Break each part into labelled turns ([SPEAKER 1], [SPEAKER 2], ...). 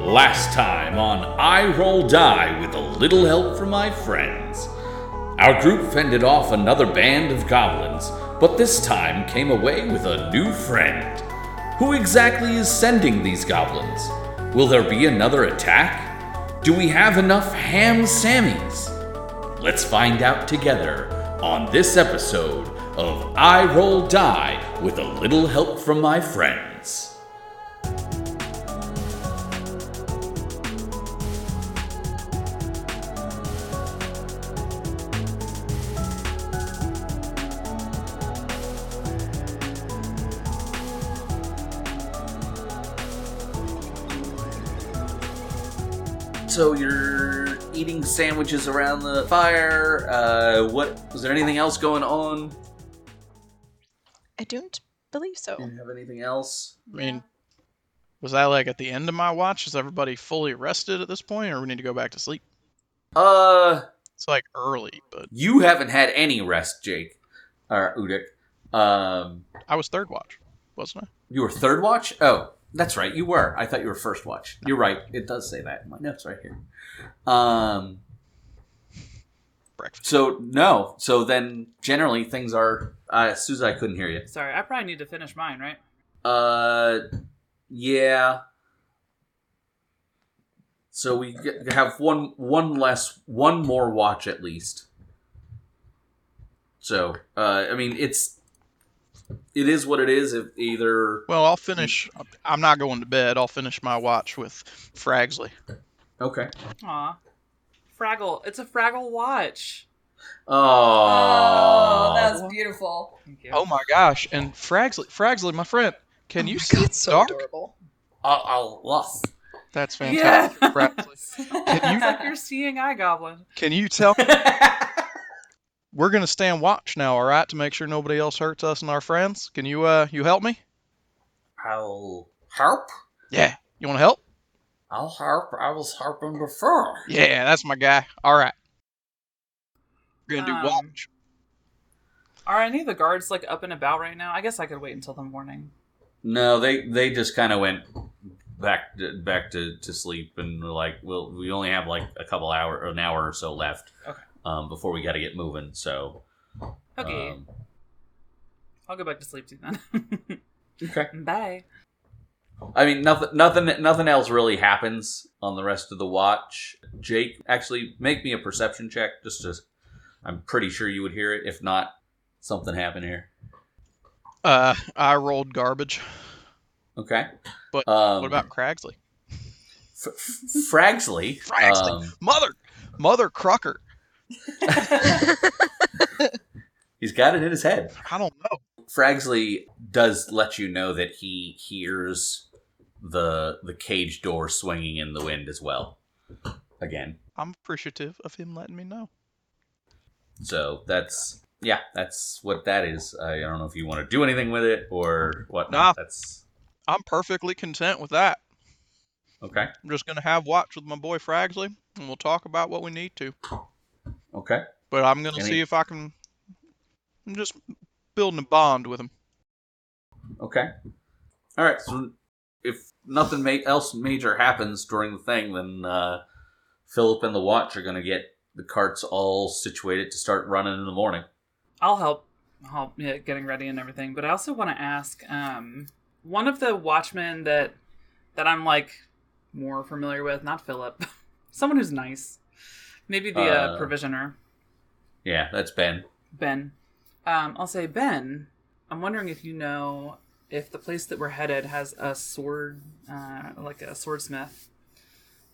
[SPEAKER 1] Last time on I Roll Die with a little help from my friends. Our group fended off another band of goblins, but this time came away with a new friend. Who exactly is sending these goblins? Will there be another attack? Do we have enough ham sammies? Let's find out together on this episode of I Roll Die with a little help from my friends. So you're eating sandwiches around the fire. Uh, what was there anything else going on?
[SPEAKER 2] I don't believe so.
[SPEAKER 1] Do
[SPEAKER 3] Mm.
[SPEAKER 1] you have anything else?
[SPEAKER 4] I mean, was that like at the end of my watch? Is everybody fully rested at this point, or we need to go back to sleep?
[SPEAKER 1] Uh,
[SPEAKER 4] It's like early, but
[SPEAKER 1] you haven't had any rest, Jake or Udik. Um,
[SPEAKER 4] I was third watch, wasn't I?
[SPEAKER 1] you were third watch. Oh, that's right, you were. I thought you were first watch. You're right. It does say that in my notes right here. Um,
[SPEAKER 4] Breakfast.
[SPEAKER 1] so no. So then generally things are. Uh, Suze, I couldn't hear you.
[SPEAKER 5] Sorry, I probably need to finish mine, right?
[SPEAKER 1] Uh, yeah. So we g- have one one less one more watch at least. So uh, I mean it's it is what it is. If either
[SPEAKER 4] Well, I'll finish. I'm not going to bed. I'll finish my watch with Fragsley.
[SPEAKER 1] okay.
[SPEAKER 5] Aw. Fraggle. It's a Fraggle watch.
[SPEAKER 1] Oh,
[SPEAKER 6] Oh, that's beautiful.
[SPEAKER 5] Thank you.
[SPEAKER 4] Oh my gosh! And Fragsley, Fragsley, my friend, can you see
[SPEAKER 2] It's so
[SPEAKER 4] dark?
[SPEAKER 2] adorable.
[SPEAKER 1] I'll, I'll lost.
[SPEAKER 4] That's
[SPEAKER 5] Yeah.
[SPEAKER 4] fantastic, Fragsley. Can
[SPEAKER 5] It's
[SPEAKER 4] you
[SPEAKER 5] like you're seeing Eye Goblin.
[SPEAKER 4] can you tell? We're gonna stand watch now, all right, to make sure nobody else hurts us and our friends. Can you uh you help me?
[SPEAKER 1] I'll harp.
[SPEAKER 4] Yeah. You want to help?
[SPEAKER 1] I'll harp. I was harping before.
[SPEAKER 4] Yeah, that's my guy. All right. We're gonna
[SPEAKER 5] Um,
[SPEAKER 4] do watch.
[SPEAKER 5] Are any of the guards like up and about right now? I guess I could wait until the morning.
[SPEAKER 1] No, they they just kind of went back to, back to, to sleep and were like, well, we only have like a couple hour an hour or so left
[SPEAKER 5] Okay.
[SPEAKER 1] um, before we got to get moving. So
[SPEAKER 5] Okay.
[SPEAKER 1] um,
[SPEAKER 5] I'll go back to sleep too then.
[SPEAKER 1] okay.
[SPEAKER 5] Bye.
[SPEAKER 1] I mean, nothing nothing nothing else really happens on the rest of the watch. Jake, actually, make me a perception check. Just to, I'm pretty sure you would hear it. If not, something happened here.
[SPEAKER 4] Uh, I rolled garbage.
[SPEAKER 1] Okay.
[SPEAKER 4] But
[SPEAKER 1] um,
[SPEAKER 4] what about Cragsley?
[SPEAKER 1] F- F- Fragsley?
[SPEAKER 4] Fragsley.
[SPEAKER 1] um,
[SPEAKER 4] Mother, mother Crocker.
[SPEAKER 1] he's got it in his head.
[SPEAKER 4] I don't know.
[SPEAKER 1] Fragsley does let you know that he hears the the cage door swinging in the wind as well. Again,
[SPEAKER 4] I'm appreciative of him letting me know.
[SPEAKER 1] so that's yeah, that's what that is. I, I don't know if you want to do anything with it or
[SPEAKER 4] Nah.
[SPEAKER 1] whatnot. That's
[SPEAKER 4] I'm perfectly content with that.
[SPEAKER 1] okay.
[SPEAKER 4] I'm just gonna have watch with my boy Fragsley, and we'll talk about what we need to.
[SPEAKER 1] Okay.
[SPEAKER 4] But I'm gonna
[SPEAKER 1] Any-
[SPEAKER 4] see if I can. I'm just building a bond with him.
[SPEAKER 1] Okay. All right. So if nothing ma- else major happens during the thing, then uh, Philip and the Watch are going to get the carts all situated to start running in the morning.
[SPEAKER 5] I'll help help yeah, getting ready and everything, but I also want to ask um one of the watchmen that that I'm like more familiar with, not Philip. Someone who's nice. Maybe the
[SPEAKER 1] Uh,
[SPEAKER 5] uh provisioner.
[SPEAKER 1] Yeah, that's Ben.
[SPEAKER 5] Ben. Um, I'll say, Ben, I'm wondering if you know if the place that we're headed has a sword, uh, like a swordsmith,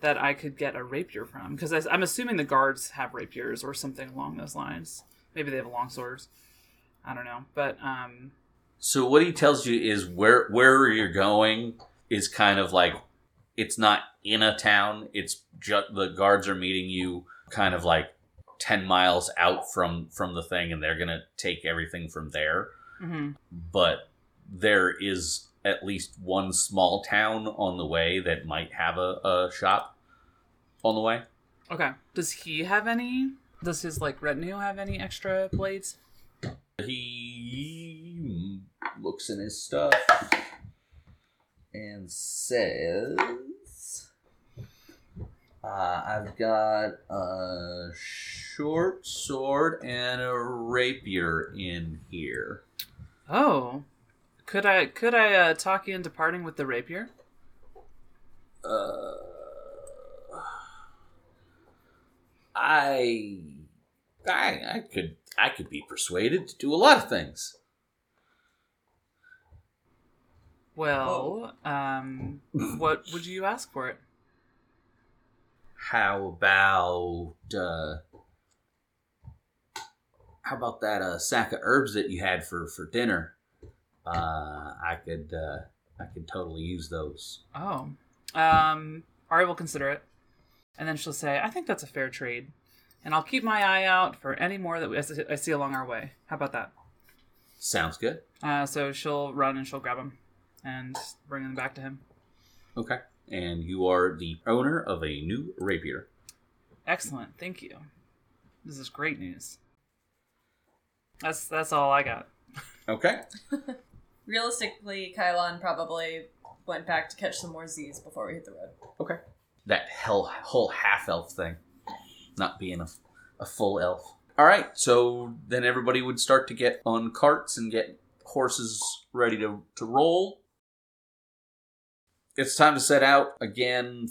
[SPEAKER 5] that I could get a rapier from. Because I'm assuming the guards have rapiers or something along those lines. Maybe they have long swords. I don't know. But um,
[SPEAKER 1] So what he tells you is where where you're going is kind of like it's not in a town. It's just the guards are meeting you kind of like ten miles out from from the thing, and they're gonna take everything from there.
[SPEAKER 5] mhm.
[SPEAKER 1] But there is at least one small town on the way that might have a, a shop on the way.
[SPEAKER 5] okay. Does he have any? Does his like retinue have any extra blades?
[SPEAKER 1] He looks in his stuff and says, Uh, I've got a short sword and a rapier in here.
[SPEAKER 5] Oh, could I could I uh, talk you into parting with the rapier?
[SPEAKER 1] Uh, I, I, I could, I could be persuaded to do a lot of things.
[SPEAKER 5] Well, um, what would you ask for it?
[SPEAKER 1] How about, uh, how about that uh, sack of herbs that you had for for dinner? Uh, I could, uh, I could totally use those.
[SPEAKER 5] Oh, um, all right, we'll consider it. And then she'll say, "I think that's a fair trade," and I'll keep my eye out for any more that we- I see- I see along our way. How about that?
[SPEAKER 1] Sounds good.
[SPEAKER 5] Uh, so she'll run and she'll grab them and bring them back to him.
[SPEAKER 1] Okay. And you are the owner of a new rapier.
[SPEAKER 5] Excellent, thank you. This is great news. That's that's all I got.
[SPEAKER 1] Okay.
[SPEAKER 3] Realistically, Kylon probably went back to catch some more Z's before we hit the road.
[SPEAKER 1] that hell whole half elf thing, not being a, a full elf. All right, so then everybody would start to get on carts and get horses ready to, to roll. It's time to set out again.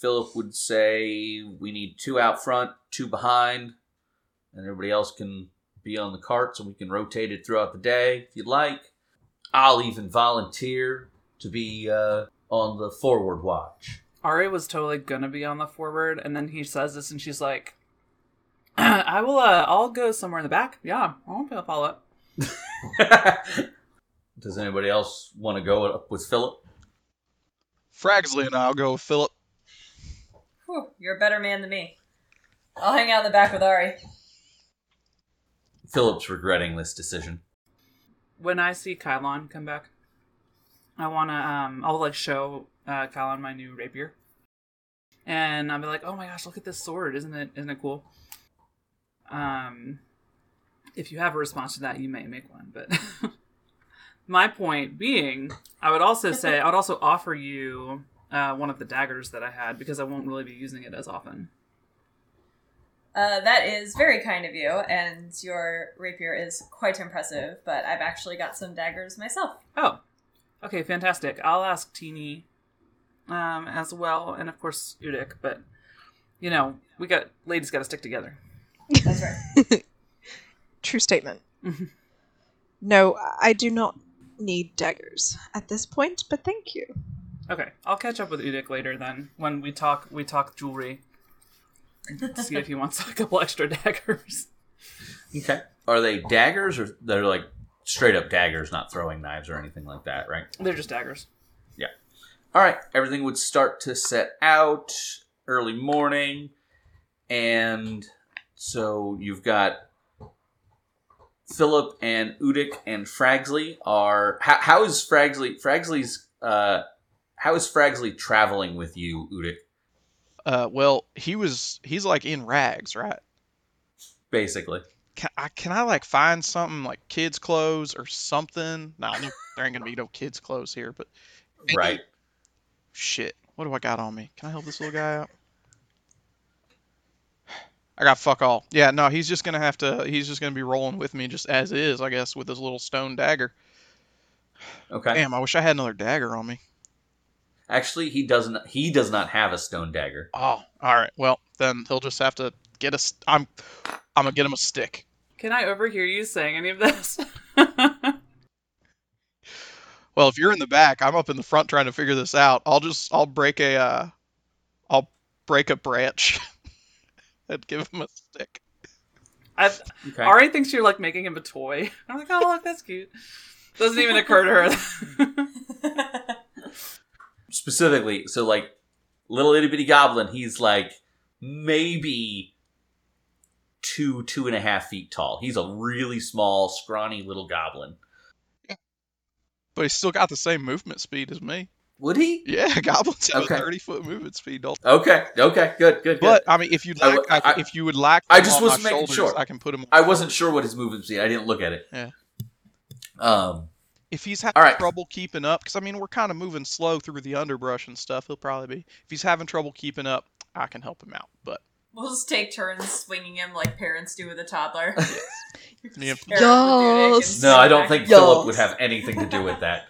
[SPEAKER 1] Philip would say we need two out front, two behind, and everybody else can be on the carts and we can rotate it throughout the day if you'd like. I'll even volunteer to be uh, on the forward watch.
[SPEAKER 5] Ari was totally gonna be on the forward, and then he says this, and she's like, "I will. Uh, I'll go somewhere in the back. Yeah, I won't follow up."
[SPEAKER 1] Does anybody else want to go up with Philip?
[SPEAKER 4] Fragsley and I'll go with Philip.
[SPEAKER 3] Whew, you're a better man than me. I'll hang out in the back with Ari.
[SPEAKER 1] Philip's regretting this decision.
[SPEAKER 5] When I see Kylon come back, I wanna. Um, I'll like show uh, Kylon my new rapier, and I'll be like, "Oh my gosh, look at this sword! Isn't it? Isn't it cool?" Um, if you have a response to that, you may make one. But my point being, I would also say I would also offer you uh, one of the daggers that I had because I won't really be using it as often.
[SPEAKER 3] Uh, that is very kind of you, and your rapier is quite impressive, but I've actually got some daggers myself.
[SPEAKER 5] Oh, okay, fantastic. I'll ask Teeny um, as well, and of course Udic. But you know, we got ladies got to stick together.
[SPEAKER 3] That's right.
[SPEAKER 2] True statement.
[SPEAKER 5] Mhm.
[SPEAKER 2] no, I do not need daggers at this point, but thank you.
[SPEAKER 5] Okay, I'll catch up with Udic later then when we talk. We talk jewelry. See if he wants a couple extra daggers.
[SPEAKER 1] Okay. Are they daggers or they're like straight up daggers, not throwing knives or anything like that, right?
[SPEAKER 5] They're just daggers.
[SPEAKER 1] All right. Everything would start to set out early morning. And so you've got Philip and Udic and Fragsley are. How, how is Fragsley. Fragsley's. Uh, how is Fragsley traveling with you, Udic?
[SPEAKER 4] Uh, well, he was he's like in rags, right?
[SPEAKER 1] basically.
[SPEAKER 4] Can I can I like find something like kids clothes or something? Nah, no, there ain't gonna be no kids clothes here. But maybe-
[SPEAKER 1] Right.
[SPEAKER 4] Shit, what do I got on me? Can I help this little guy out? I got fuck all. Yeah, no, he's just gonna have to. He's just gonna be rolling with me just as is, I guess, with his little stone dagger.
[SPEAKER 1] Okay.
[SPEAKER 4] Damn, I wish I had another dagger on me.
[SPEAKER 1] Actually, he doesn't. He does not have a stone dagger.
[SPEAKER 4] Oh, all right. Well, then he'll just have to get a. St- I'm, I'm gonna get him a stick.
[SPEAKER 5] Can I overhear you saying any of this?
[SPEAKER 4] Well, if you're in the back, I'm up in the front trying to figure this out. I'll just I'll break a uh I'll break a branch and give him a stick.
[SPEAKER 5] I've,
[SPEAKER 1] Okay.
[SPEAKER 5] Ari thinks you're like making him a toy. I'm like, oh look, that's cute. Doesn't even occur to her.
[SPEAKER 1] Specifically, so like little itty bitty goblin, he's like maybe two two and a half feet tall. He's a really small, scrawny little goblin.
[SPEAKER 4] But he's still got the same movement speed as me.
[SPEAKER 1] Would he?
[SPEAKER 4] Yeah, goblins have
[SPEAKER 1] Okay.
[SPEAKER 4] a thirty foot movement speed. Don't.
[SPEAKER 1] Okay. Okay. Good. Good.
[SPEAKER 4] But
[SPEAKER 1] good.
[SPEAKER 4] I mean, if you'd
[SPEAKER 1] I
[SPEAKER 4] like,
[SPEAKER 1] w-
[SPEAKER 4] I,
[SPEAKER 1] I-
[SPEAKER 4] if you would like,
[SPEAKER 1] I
[SPEAKER 4] him
[SPEAKER 1] just
[SPEAKER 4] on
[SPEAKER 1] was
[SPEAKER 4] my
[SPEAKER 1] making
[SPEAKER 4] shoulders,
[SPEAKER 1] sure.
[SPEAKER 4] I can put him.
[SPEAKER 1] I wasn't sure what his movement speed. I didn't look at it.
[SPEAKER 4] Yeah.
[SPEAKER 1] Um.
[SPEAKER 4] If he's having
[SPEAKER 1] All right.
[SPEAKER 4] trouble keeping up, because I mean, we're kind of moving slow through the underbrush and stuff, he'll probably be. If he's having trouble keeping up, I can help him out. But
[SPEAKER 3] We'll just take turns swinging him like parents do with a toddler.
[SPEAKER 4] Yeah.
[SPEAKER 2] Yes.
[SPEAKER 1] No, I don't think
[SPEAKER 2] Yo.
[SPEAKER 1] Philip would have anything to do with that.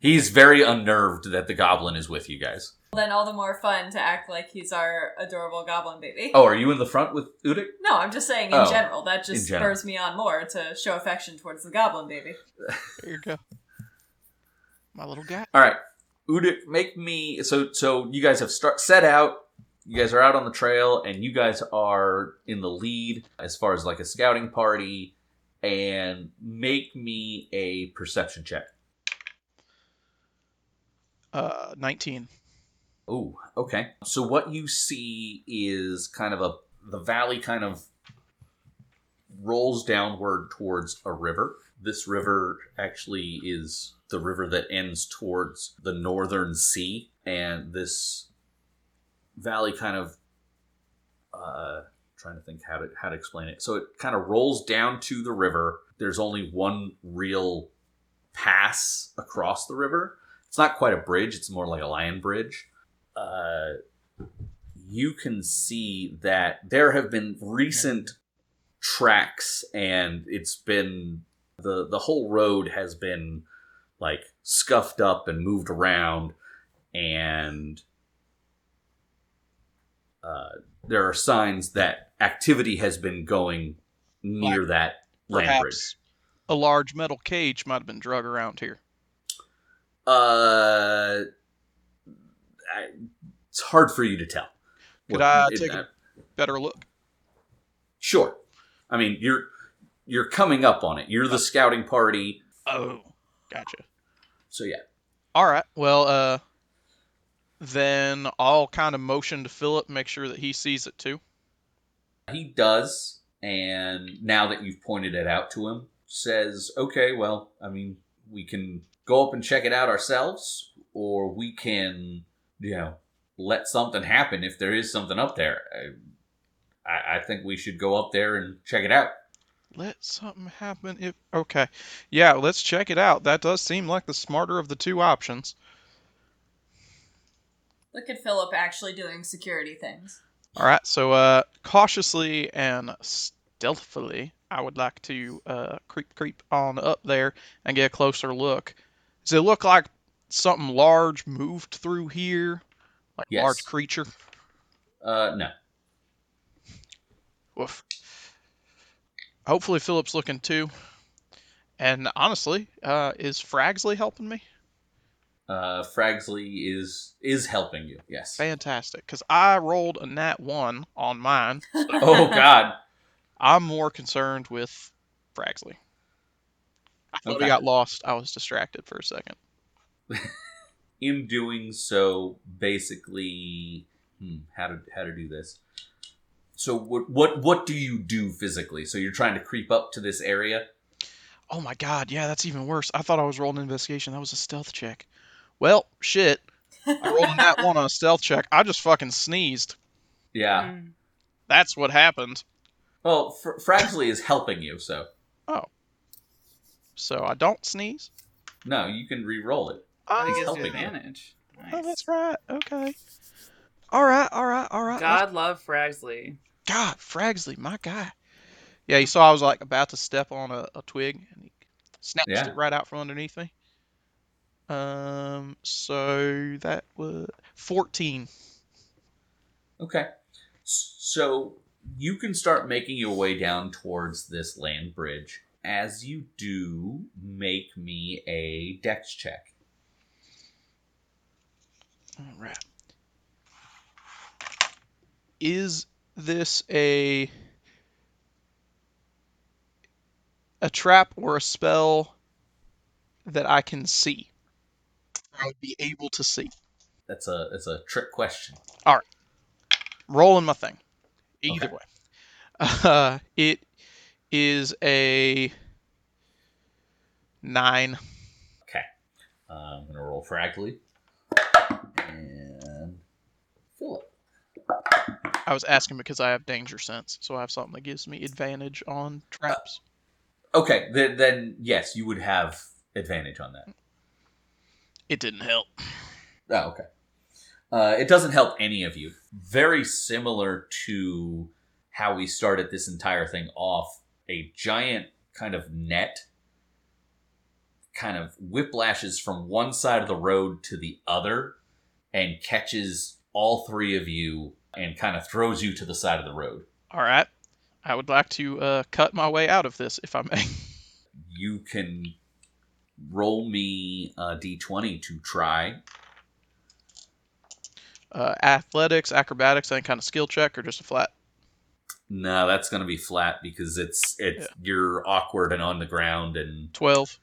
[SPEAKER 1] He's very unnerved that the goblin is with you guys.
[SPEAKER 3] Then all the more fun to act like he's our adorable goblin baby.
[SPEAKER 1] Oh, are you in the front with Udic?
[SPEAKER 3] No, I'm just saying in
[SPEAKER 1] Oh,
[SPEAKER 3] general. That just
[SPEAKER 1] in general.
[SPEAKER 3] spurs me on more to show affection towards the goblin baby.
[SPEAKER 4] there you go. My little guy.
[SPEAKER 1] All right, Udic, make me. So, so you guys have start set out. You guys are out on the trail, and you guys are in the lead as far as like a scouting party. And make me a perception check.
[SPEAKER 4] Uh, 19.
[SPEAKER 1] Oh, okay. So what you see is kind of a the valley kind of rolls downward towards a river. This river actually is the river that ends towards the northern sea, and this valley kind of uh, trying to think how to how to explain it. So it kind of rolls down to the river. There's only one real pass across the river. It's not quite a bridge; it's more like a lion bridge uh, you can see that there have been recent tracks and it's been the the whole road has been like scuffed up and moved around and uh, there are signs that activity has been going near that land bridge.
[SPEAKER 4] Perhaps a large metal cage might have been drug around here.
[SPEAKER 1] Uh, I, it's hard for you to tell.
[SPEAKER 4] Could
[SPEAKER 1] What-
[SPEAKER 4] I
[SPEAKER 1] it-
[SPEAKER 4] take a- Better look.
[SPEAKER 1] Sure. I mean, you're you're coming up on it. You're the scouting party.
[SPEAKER 4] Oh, gotcha.
[SPEAKER 1] So yeah.
[SPEAKER 4] All right. Well, uh, then I'll kind of motion to Philip, make sure that he sees it too.
[SPEAKER 1] He does, and now that you've pointed it out to him, says, "Okay, well, I mean, we can go up and check it out ourselves or we can, you know, let something happen if there is something up there." I- I, I think we should go up there and check it out.
[SPEAKER 4] Let something happen if. Okay. Yeah, let's check it out. That does seem like the smarter of the two options.
[SPEAKER 3] Look at Philip actually doing security things.
[SPEAKER 4] All right. So, uh, cautiously and stealthily, I would like to uh, creep, creep on up there and get a closer look. Does it look like something large moved through here? Like a
[SPEAKER 1] Yes.
[SPEAKER 4] large creature?
[SPEAKER 1] Uh, no.
[SPEAKER 4] Woof. Hopefully Philip's looking too. And honestly, uh, is Fragsley helping me?
[SPEAKER 1] Uh, Fragsley is is helping you. Yes.
[SPEAKER 4] Fantastic, because I rolled a nat one on mine.
[SPEAKER 1] Oh God.
[SPEAKER 4] I'm more concerned with Fragsley. I thought
[SPEAKER 1] Okay.
[SPEAKER 4] we got lost. I was distracted for a second.
[SPEAKER 1] in doing so, basically, hmm, how to how to do this. So what what what do you do physically? So you're trying to creep up to this area.
[SPEAKER 4] Oh my god, yeah, that's even worse. I thought I was rolling investigation. That was a stealth check. Well, shit. I rolled a nat one on a stealth check. I just fucking sneezed.
[SPEAKER 1] Yeah.
[SPEAKER 5] Mm.
[SPEAKER 4] That's what happened.
[SPEAKER 1] Well, Fr- Fragsley is helping you, so
[SPEAKER 4] So I don't sneeze.
[SPEAKER 1] no, you can re-roll it.
[SPEAKER 5] That
[SPEAKER 1] he's
[SPEAKER 4] Oh,
[SPEAKER 5] gives you
[SPEAKER 1] helping you.
[SPEAKER 5] advantage.
[SPEAKER 4] Oh,
[SPEAKER 5] Nice.
[SPEAKER 4] that's right. Okay. All right. All right. All right. Uh, let's-
[SPEAKER 5] God love Fragsley.
[SPEAKER 4] God, Fragsley, my guy. Yeah, you saw I was like about to step on a, a twig, and he snatched
[SPEAKER 1] Yeah.
[SPEAKER 4] it right out from underneath me. Um. So that was fourteen.
[SPEAKER 1] Okay. S- So you can start making your way down towards this land bridge. As you do, make me a dex check.
[SPEAKER 4] All right. Is this a a trap or a spell that I can see? I would be able to see.
[SPEAKER 1] That's a that's a trick question.
[SPEAKER 4] rolling my thing. Either
[SPEAKER 1] Okay.
[SPEAKER 4] way, uh, it is a nine.
[SPEAKER 1] Uh, I'm gonna roll Fragley and Philip.
[SPEAKER 4] I was asking because I have danger sense, so I have something that gives me advantage on traps.
[SPEAKER 1] Okay, then, then yes, you would have advantage on that.
[SPEAKER 4] It didn't help.
[SPEAKER 1] Oh, okay. Uh, it doesn't help any of you. Very similar to how we started this entire thing off a giant kind of net kind of whiplashes from one side of the road to the other and catches all three of you and kind of throws you to the side of the road.
[SPEAKER 4] All right. I would like to uh, cut my way out of this, if I may.
[SPEAKER 1] you can roll me a d20 to try.
[SPEAKER 4] Uh, athletics, acrobatics, any kind of skill check, or just a flat.
[SPEAKER 1] No, that's going to be flat because it's it's you're awkward and on the ground and
[SPEAKER 4] 12.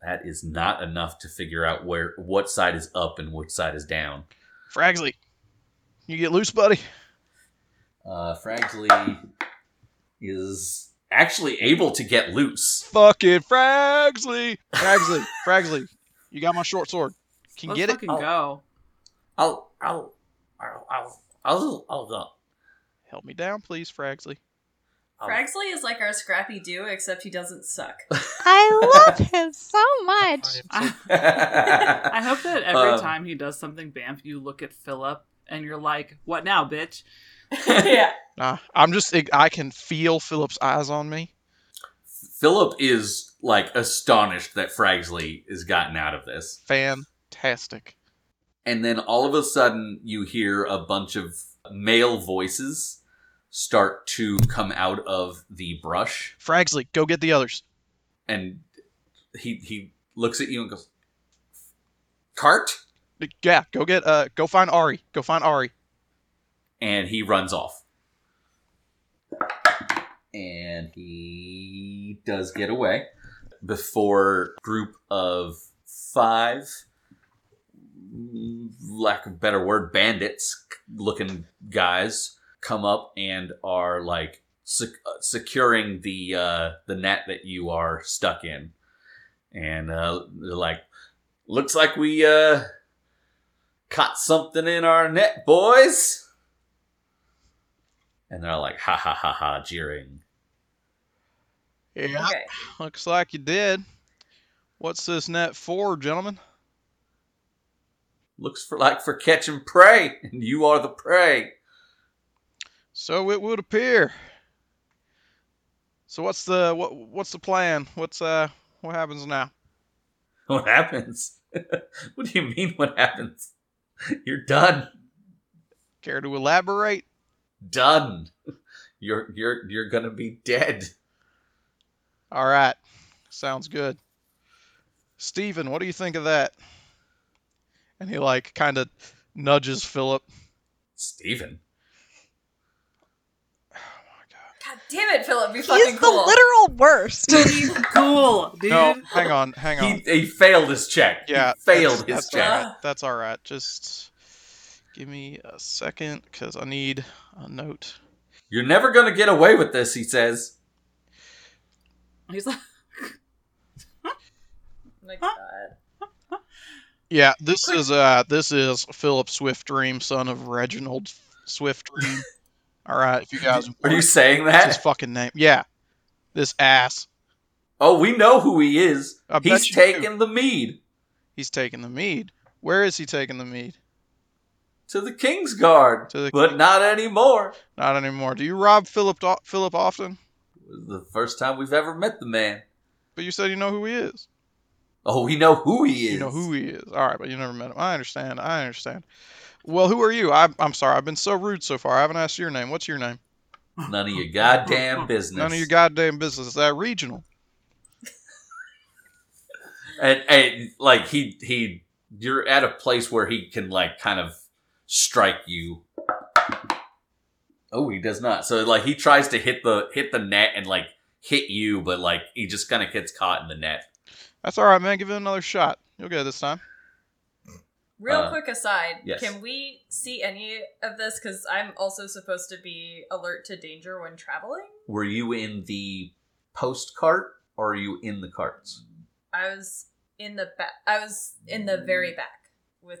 [SPEAKER 1] that is not enough to figure out where what side is up and which side is down.
[SPEAKER 4] Fragsley, you get loose, buddy.
[SPEAKER 1] Uh Fragsley is actually able to get loose.
[SPEAKER 4] Fucking Fragsley! Fragsley, Fragsley, you got my short sword. Can you
[SPEAKER 5] Let's
[SPEAKER 4] get it?
[SPEAKER 5] fucking go.
[SPEAKER 1] I'll I'll I'll I'll I'll, I'll,
[SPEAKER 4] Help me down, please, Fragsley.
[SPEAKER 1] I'll
[SPEAKER 5] Um,
[SPEAKER 3] Fragsley is like our Scrappy Doo, except he doesn't suck.
[SPEAKER 2] I love him so much.
[SPEAKER 5] I, I hope that every
[SPEAKER 1] Um,
[SPEAKER 5] time he does something Bamf, you look at Philip and you're like, "What now, bitch?"
[SPEAKER 3] yeah.
[SPEAKER 4] Nah, I'm just, I can feel Philip's eyes on me.
[SPEAKER 1] Philip is like astonished that Fragsley has gotten out of this.
[SPEAKER 4] Fantastic.
[SPEAKER 1] And then all of a sudden, you hear a bunch of male voices start to come out of the brush.
[SPEAKER 4] Fragsley, go get the others.
[SPEAKER 1] And he, he looks at you and goes, Cart?
[SPEAKER 4] Yeah, go get, uh, go find Ari. Go find Ari.
[SPEAKER 1] And he runs off. And he does get away before group of five, mm, lack of better word, bandits looking guys come up and are like sec- uh, securing the uh, the net that you are stuck in, and uh, they're like, "Looks like we uh, caught something in our net, boys." And they're like, "Ha ha ha ha!" jeering.
[SPEAKER 4] Yeah.
[SPEAKER 3] Okay.
[SPEAKER 4] Looks like you did. What's this net for, gentlemen?
[SPEAKER 1] Looks for like for catching prey, and you are the prey.
[SPEAKER 4] So it would appear. So what's the what what's the plan? What's uh what happens now?
[SPEAKER 1] What happens? what do you mean? What happens? You're done.
[SPEAKER 4] Care to elaborate?
[SPEAKER 1] Done. You're you're you're gonna be dead.
[SPEAKER 4] All right. Sounds good. Steven, what do you think of that? And he like kind of nudges Philip.
[SPEAKER 1] Steven.
[SPEAKER 4] Oh my
[SPEAKER 3] God damn it, Philip, be fucking
[SPEAKER 2] He's the
[SPEAKER 3] cool.
[SPEAKER 2] literal worst.
[SPEAKER 5] He's cool, dude.
[SPEAKER 4] god. No, hang on, hang on.
[SPEAKER 1] He, he failed his check.
[SPEAKER 4] Yeah,
[SPEAKER 1] He failed his
[SPEAKER 4] That's all
[SPEAKER 1] check.
[SPEAKER 3] right.
[SPEAKER 4] right. That's all right. Just give me a second cuz I need a note.
[SPEAKER 1] You're never gonna get away with this, he says.
[SPEAKER 5] He's like,
[SPEAKER 3] Oh my God.
[SPEAKER 4] Yeah, this is uh this is Philip Swift Dream, son of Reginald Swift Dream. All right, if you guys
[SPEAKER 1] Are you saying
[SPEAKER 4] That's his
[SPEAKER 1] that?
[SPEAKER 4] fucking name. Yeah, this ass.
[SPEAKER 1] Oh, we know who he is.
[SPEAKER 4] I bet
[SPEAKER 1] He's
[SPEAKER 4] you
[SPEAKER 1] taking the mead
[SPEAKER 4] He's taking the mead. Where is he taking the mead?
[SPEAKER 1] to the King's Guard.
[SPEAKER 4] To the
[SPEAKER 1] but
[SPEAKER 4] King's-
[SPEAKER 1] not anymore.
[SPEAKER 4] Not anymore. Do you rob Philip o- Philip often?
[SPEAKER 1] The first time we've ever met the man.
[SPEAKER 4] But you said you know who he is.
[SPEAKER 1] Oh, we know who he is.
[SPEAKER 4] You know who he is. All right, but you never met him. I understand. I understand. Well, who are you? I, I'm sorry. I've been so rude so far. I haven't asked your name. What's your name?
[SPEAKER 1] None of your goddamn business.
[SPEAKER 4] None of your goddamn business. Is that regional?
[SPEAKER 1] and, and like he he you're at a place where he can like kind of strike you oh he does not so like he tries to hit the hit the net and like hit you but like he just kind of gets caught in the net
[SPEAKER 4] That's all right, man. Give it another shot. You'll get it this time.
[SPEAKER 3] Real
[SPEAKER 1] Uh,
[SPEAKER 3] quick aside,
[SPEAKER 1] yes.
[SPEAKER 3] can we see any of this? Because I'm also supposed to be alert to danger when traveling.
[SPEAKER 1] were you in the post cart or are you in the carts
[SPEAKER 3] I was in the back. I was in the very back with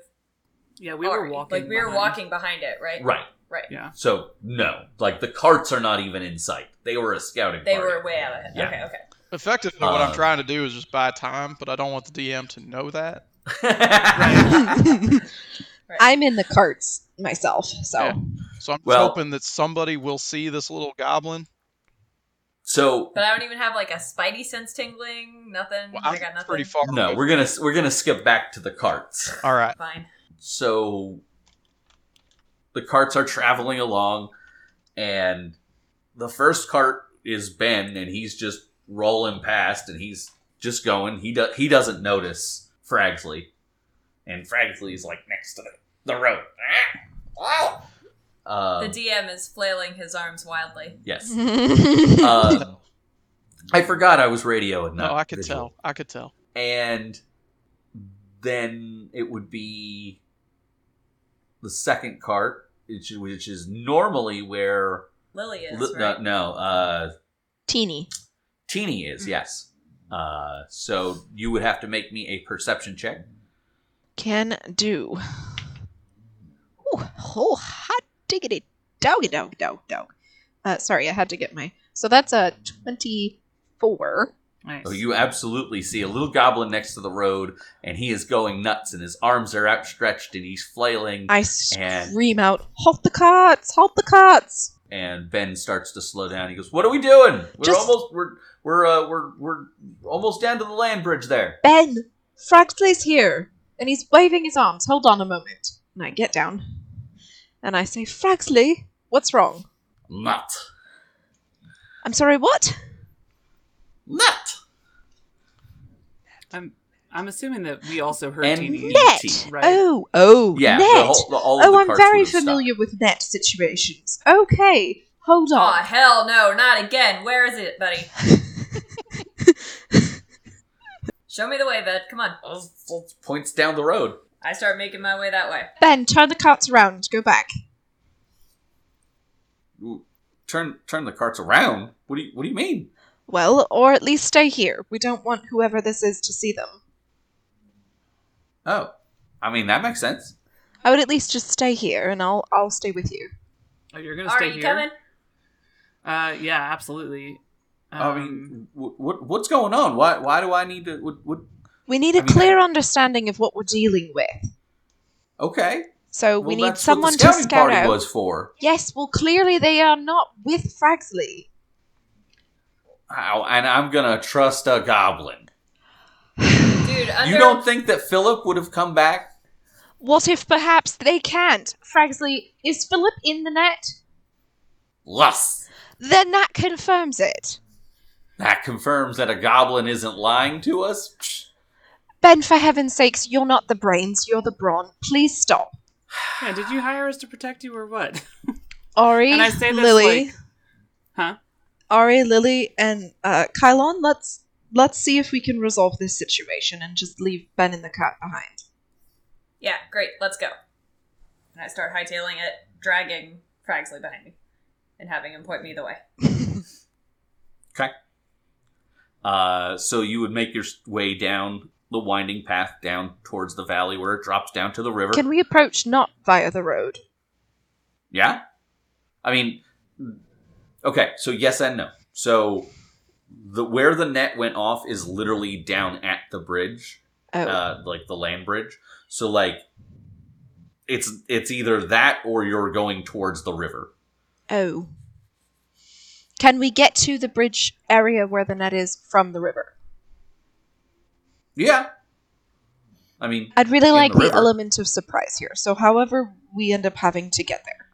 [SPEAKER 5] yeah, we
[SPEAKER 3] Ari.
[SPEAKER 5] were walking.
[SPEAKER 3] Like we were
[SPEAKER 5] behind.
[SPEAKER 3] walking behind it, right?
[SPEAKER 1] right
[SPEAKER 3] Right.
[SPEAKER 5] Yeah.
[SPEAKER 1] so no like the carts are not even in sight they were a scouting
[SPEAKER 3] They
[SPEAKER 1] party.
[SPEAKER 3] were way out of it.
[SPEAKER 1] Yeah.
[SPEAKER 3] Okay. Okay.
[SPEAKER 4] Effectively, what I'm
[SPEAKER 1] Uh,
[SPEAKER 4] trying to do is just buy time, but I don't want the DM to know that.
[SPEAKER 2] Right.
[SPEAKER 3] Right.
[SPEAKER 2] I'm in the carts myself, so
[SPEAKER 4] Yeah. So I'm just
[SPEAKER 1] Well-
[SPEAKER 4] hoping that somebody will see this little goblin.
[SPEAKER 1] So
[SPEAKER 3] But I don't even have like a spidey sense tingling. Nothing.
[SPEAKER 4] Well,
[SPEAKER 3] I
[SPEAKER 4] I'm
[SPEAKER 3] got nothing.
[SPEAKER 4] pretty far.
[SPEAKER 1] no,
[SPEAKER 4] away.
[SPEAKER 1] we're gonna we're gonna skip back to the carts.
[SPEAKER 4] All right.
[SPEAKER 3] Fine.
[SPEAKER 1] So the carts are traveling along, and the first cart is Ben, and he's just rolling past, and he's just going. He do- he doesn't notice Fragsley, and Fragsley's like next to the, the road. Ah! Wow!
[SPEAKER 3] The
[SPEAKER 1] Uh,
[SPEAKER 3] DM is flailing his arms wildly.
[SPEAKER 1] yes. Uh, I forgot I was radio and not.
[SPEAKER 4] No, I could
[SPEAKER 1] visual.
[SPEAKER 4] tell. I could tell.
[SPEAKER 1] and then it would be the second cart, which, which is normally where
[SPEAKER 3] Lily is.
[SPEAKER 1] li-
[SPEAKER 3] right?
[SPEAKER 1] no, no, uh,
[SPEAKER 2] teeny.
[SPEAKER 1] Teeny is.
[SPEAKER 2] Hmm.
[SPEAKER 3] Mm.
[SPEAKER 1] Yes. Uh, so you would have to make me a perception check.
[SPEAKER 2] Can do. Ooh, oh, hot diggity doggy dog dog dog. Uh, sorry, I had to get my. So that's a twenty-four.
[SPEAKER 5] Nice.
[SPEAKER 1] So Oh, you absolutely see a little goblin next to the road, and he is going nuts, and his arms are outstretched, and he's flailing.
[SPEAKER 2] I
[SPEAKER 1] And-
[SPEAKER 2] scream out, "Halt the carts! Halt the carts!"
[SPEAKER 1] and Ben starts to slow down. He goes, "What are we doing? We're
[SPEAKER 2] Just-
[SPEAKER 1] almost we're we're uh, we're we're almost down to the land bridge there."
[SPEAKER 2] Ben, Fragsley's here, and he's waving his arms. Hold on a moment. And I get down, and I say, Fragsley, what's wrong?
[SPEAKER 1] Not.
[SPEAKER 2] I'm sorry, what?
[SPEAKER 1] Nut.
[SPEAKER 5] I'm I'm assuming that we also heard
[SPEAKER 1] And
[SPEAKER 5] TD.
[SPEAKER 1] Net.
[SPEAKER 5] T, E. right?
[SPEAKER 2] Oh, oh,
[SPEAKER 1] Yeah. the
[SPEAKER 2] net.
[SPEAKER 1] whole- the- all of
[SPEAKER 2] oh,
[SPEAKER 1] the
[SPEAKER 2] I'm
[SPEAKER 1] carts
[SPEAKER 2] very
[SPEAKER 1] would've stopped.
[SPEAKER 2] familiar with net situations. Okay, hold
[SPEAKER 3] Aw,
[SPEAKER 2] on.
[SPEAKER 3] hell no, not again. Where is it, buddy? Show me the way, Ved. Come on.
[SPEAKER 1] Uh, Points down the road.
[SPEAKER 3] I start making my way that way.
[SPEAKER 2] Ben, turn the carts around. Go back.
[SPEAKER 1] Ooh, Turn turn the carts around. What do you What do you mean?
[SPEAKER 2] Well, or at least stay here. We don't want whoever this is to see them.
[SPEAKER 1] Oh, I mean that makes sense.
[SPEAKER 2] I would at least just stay here, and I'll I'll stay with you.
[SPEAKER 5] Oh, you're gonna
[SPEAKER 3] Are
[SPEAKER 5] stay
[SPEAKER 3] you
[SPEAKER 5] here.
[SPEAKER 3] coming?
[SPEAKER 5] Uh, yeah, absolutely.
[SPEAKER 1] I
[SPEAKER 5] Um,
[SPEAKER 1] mean, wh- what what's going on? Why Why do I need to? What, what?
[SPEAKER 2] We need a
[SPEAKER 1] I mean,
[SPEAKER 2] clear understanding of what we're dealing with.
[SPEAKER 1] Okay.
[SPEAKER 2] So we
[SPEAKER 1] Well,
[SPEAKER 2] need
[SPEAKER 1] that's what
[SPEAKER 2] someone
[SPEAKER 1] the
[SPEAKER 2] to
[SPEAKER 1] scouting
[SPEAKER 2] scout
[SPEAKER 1] party
[SPEAKER 2] out.
[SPEAKER 1] was for.
[SPEAKER 2] Yes, well, clearly they are not with Fragsley.
[SPEAKER 1] Ow, and I'm gonna trust a goblin.
[SPEAKER 3] Dude, under
[SPEAKER 1] You don't think that Philip would have come back
[SPEAKER 2] What if perhaps they can't? Fragsley, is Philip in the net?
[SPEAKER 1] Lust.
[SPEAKER 2] Then that confirms it.
[SPEAKER 1] That confirms that a goblin isn't lying to us. Psh,
[SPEAKER 2] Ben, for heaven's sakes, you're not the brains, you're the brawn. Please stop.
[SPEAKER 5] yeah, did you hire us to protect you or what?
[SPEAKER 2] Ori,
[SPEAKER 5] And I say this,
[SPEAKER 2] Lily,
[SPEAKER 5] like- Huh?
[SPEAKER 2] Ari, Lily, and uh, Kylon, let's let's see if we can resolve this situation and just leave Ben and the cat behind.
[SPEAKER 3] Yeah, great. Let's go. And I start hightailing it, dragging Fragsley behind me, and having him point me the way.
[SPEAKER 1] Okay. Uh, so you would make your s- way down the winding path down towards the valley where it drops down to the river.
[SPEAKER 2] Can we approach not via the road?
[SPEAKER 1] yeah? I mean, okay, so yes and no. So the where the net went off is literally down at the bridge.
[SPEAKER 2] Oh,
[SPEAKER 1] uh, like the land bridge. So like it's it's either that or you're going towards the river.
[SPEAKER 2] oh. Can we get to the bridge area where the net is from the river?
[SPEAKER 1] Yeah. I mean,
[SPEAKER 2] I'd really
[SPEAKER 1] in
[SPEAKER 2] like
[SPEAKER 1] the
[SPEAKER 2] the,
[SPEAKER 1] river.
[SPEAKER 2] element of surprise here. So, however, we end up having to get there.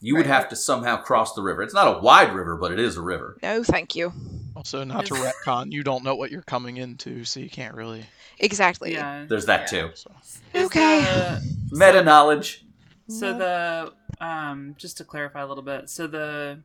[SPEAKER 1] you would
[SPEAKER 3] Right.
[SPEAKER 1] have to somehow cross the river. It's not a wide river, but it is a river.
[SPEAKER 2] No, thank you.
[SPEAKER 4] Also, not to
[SPEAKER 5] It's-
[SPEAKER 4] retcon, you don't know what you're coming into, so you can't really.
[SPEAKER 2] Exactly.
[SPEAKER 5] yeah.
[SPEAKER 1] There's that
[SPEAKER 3] Yeah.
[SPEAKER 1] too.
[SPEAKER 4] So.
[SPEAKER 5] Is
[SPEAKER 2] Okay.
[SPEAKER 5] the-
[SPEAKER 1] Meta knowledge.
[SPEAKER 5] so the um, just to clarify a little bit. So the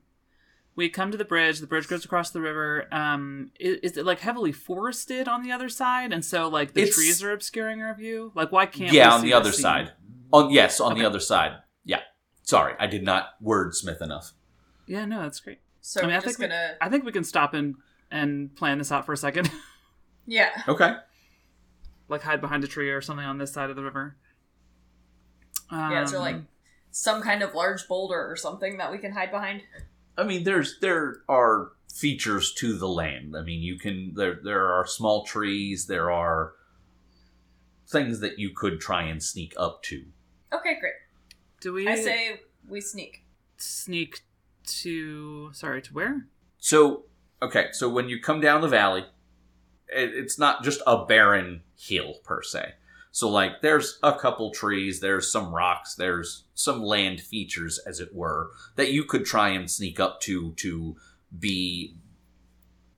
[SPEAKER 5] we come to the bridge. The bridge goes across the river. Um, i- is, it like heavily forested on the other side, and so like the
[SPEAKER 1] It's-
[SPEAKER 5] trees are obscuring our view? Like, why can't
[SPEAKER 1] Yeah,
[SPEAKER 5] we
[SPEAKER 1] on
[SPEAKER 5] see
[SPEAKER 1] the other
[SPEAKER 5] this scene?
[SPEAKER 1] side. On yes, on the
[SPEAKER 5] Okay.
[SPEAKER 1] other side. Yeah. Sorry, I did not wordsmith enough.
[SPEAKER 5] Yeah, no, that's great.
[SPEAKER 3] So
[SPEAKER 5] I mean,
[SPEAKER 3] we're
[SPEAKER 5] I think
[SPEAKER 3] just
[SPEAKER 5] we-
[SPEAKER 3] gonna.
[SPEAKER 5] I think we can stop and and plan this out for a second.
[SPEAKER 3] Yeah.
[SPEAKER 1] Okay.
[SPEAKER 5] like hide behind a tree or something on this side of the river. Um,
[SPEAKER 3] Yeah, is there, like, Some kind of large boulder or something that we can hide behind.
[SPEAKER 1] I mean, there's there are features to the land. I mean, you can there there are small trees, there are things that you could try and sneak up to.
[SPEAKER 3] Okay, great.
[SPEAKER 5] Do we
[SPEAKER 3] I say we sneak.
[SPEAKER 5] sneak to sorry to where?
[SPEAKER 1] So, okay, so when you come down the valley, it, it's not just a barren hill per se. So, like, there's a couple trees, there's some rocks, there's some land features, as it were, that you could try and sneak up to to be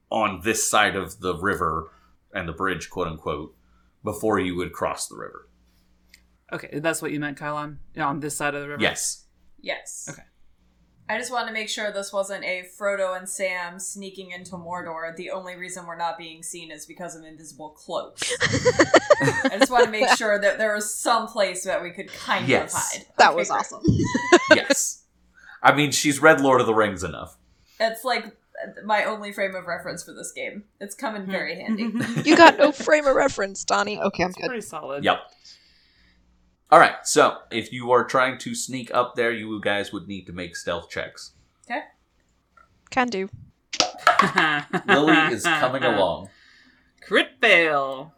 [SPEAKER 1] on this side of the river and the bridge, quote unquote, before you would cross the river.
[SPEAKER 5] Okay, that's what you meant, Kylon. Yeah, on this side of the river.
[SPEAKER 1] Yes.
[SPEAKER 3] Yes.
[SPEAKER 5] Okay.
[SPEAKER 3] I just want to make sure this wasn't a Frodo and Sam sneaking into Mordor. The only reason we're not being seen is because of invisible cloaks. I just want to make sure that there was some place that we could kind
[SPEAKER 1] Yes.
[SPEAKER 3] of hide.
[SPEAKER 2] That
[SPEAKER 3] Okay,
[SPEAKER 2] was
[SPEAKER 3] great.
[SPEAKER 2] awesome.
[SPEAKER 1] yes. I mean, she's read Lord of the Rings enough.
[SPEAKER 3] It's like uh, my only frame of reference for this game. It's come in very handy.
[SPEAKER 2] You got no frame of reference, Donnie. Okay, I'm
[SPEAKER 5] It's
[SPEAKER 2] good.
[SPEAKER 5] pretty solid.
[SPEAKER 1] Yep. All right. So if you are trying to sneak up there, you guys would need to make stealth checks.
[SPEAKER 2] Can do.
[SPEAKER 1] Lily is coming along.
[SPEAKER 5] Crit fail.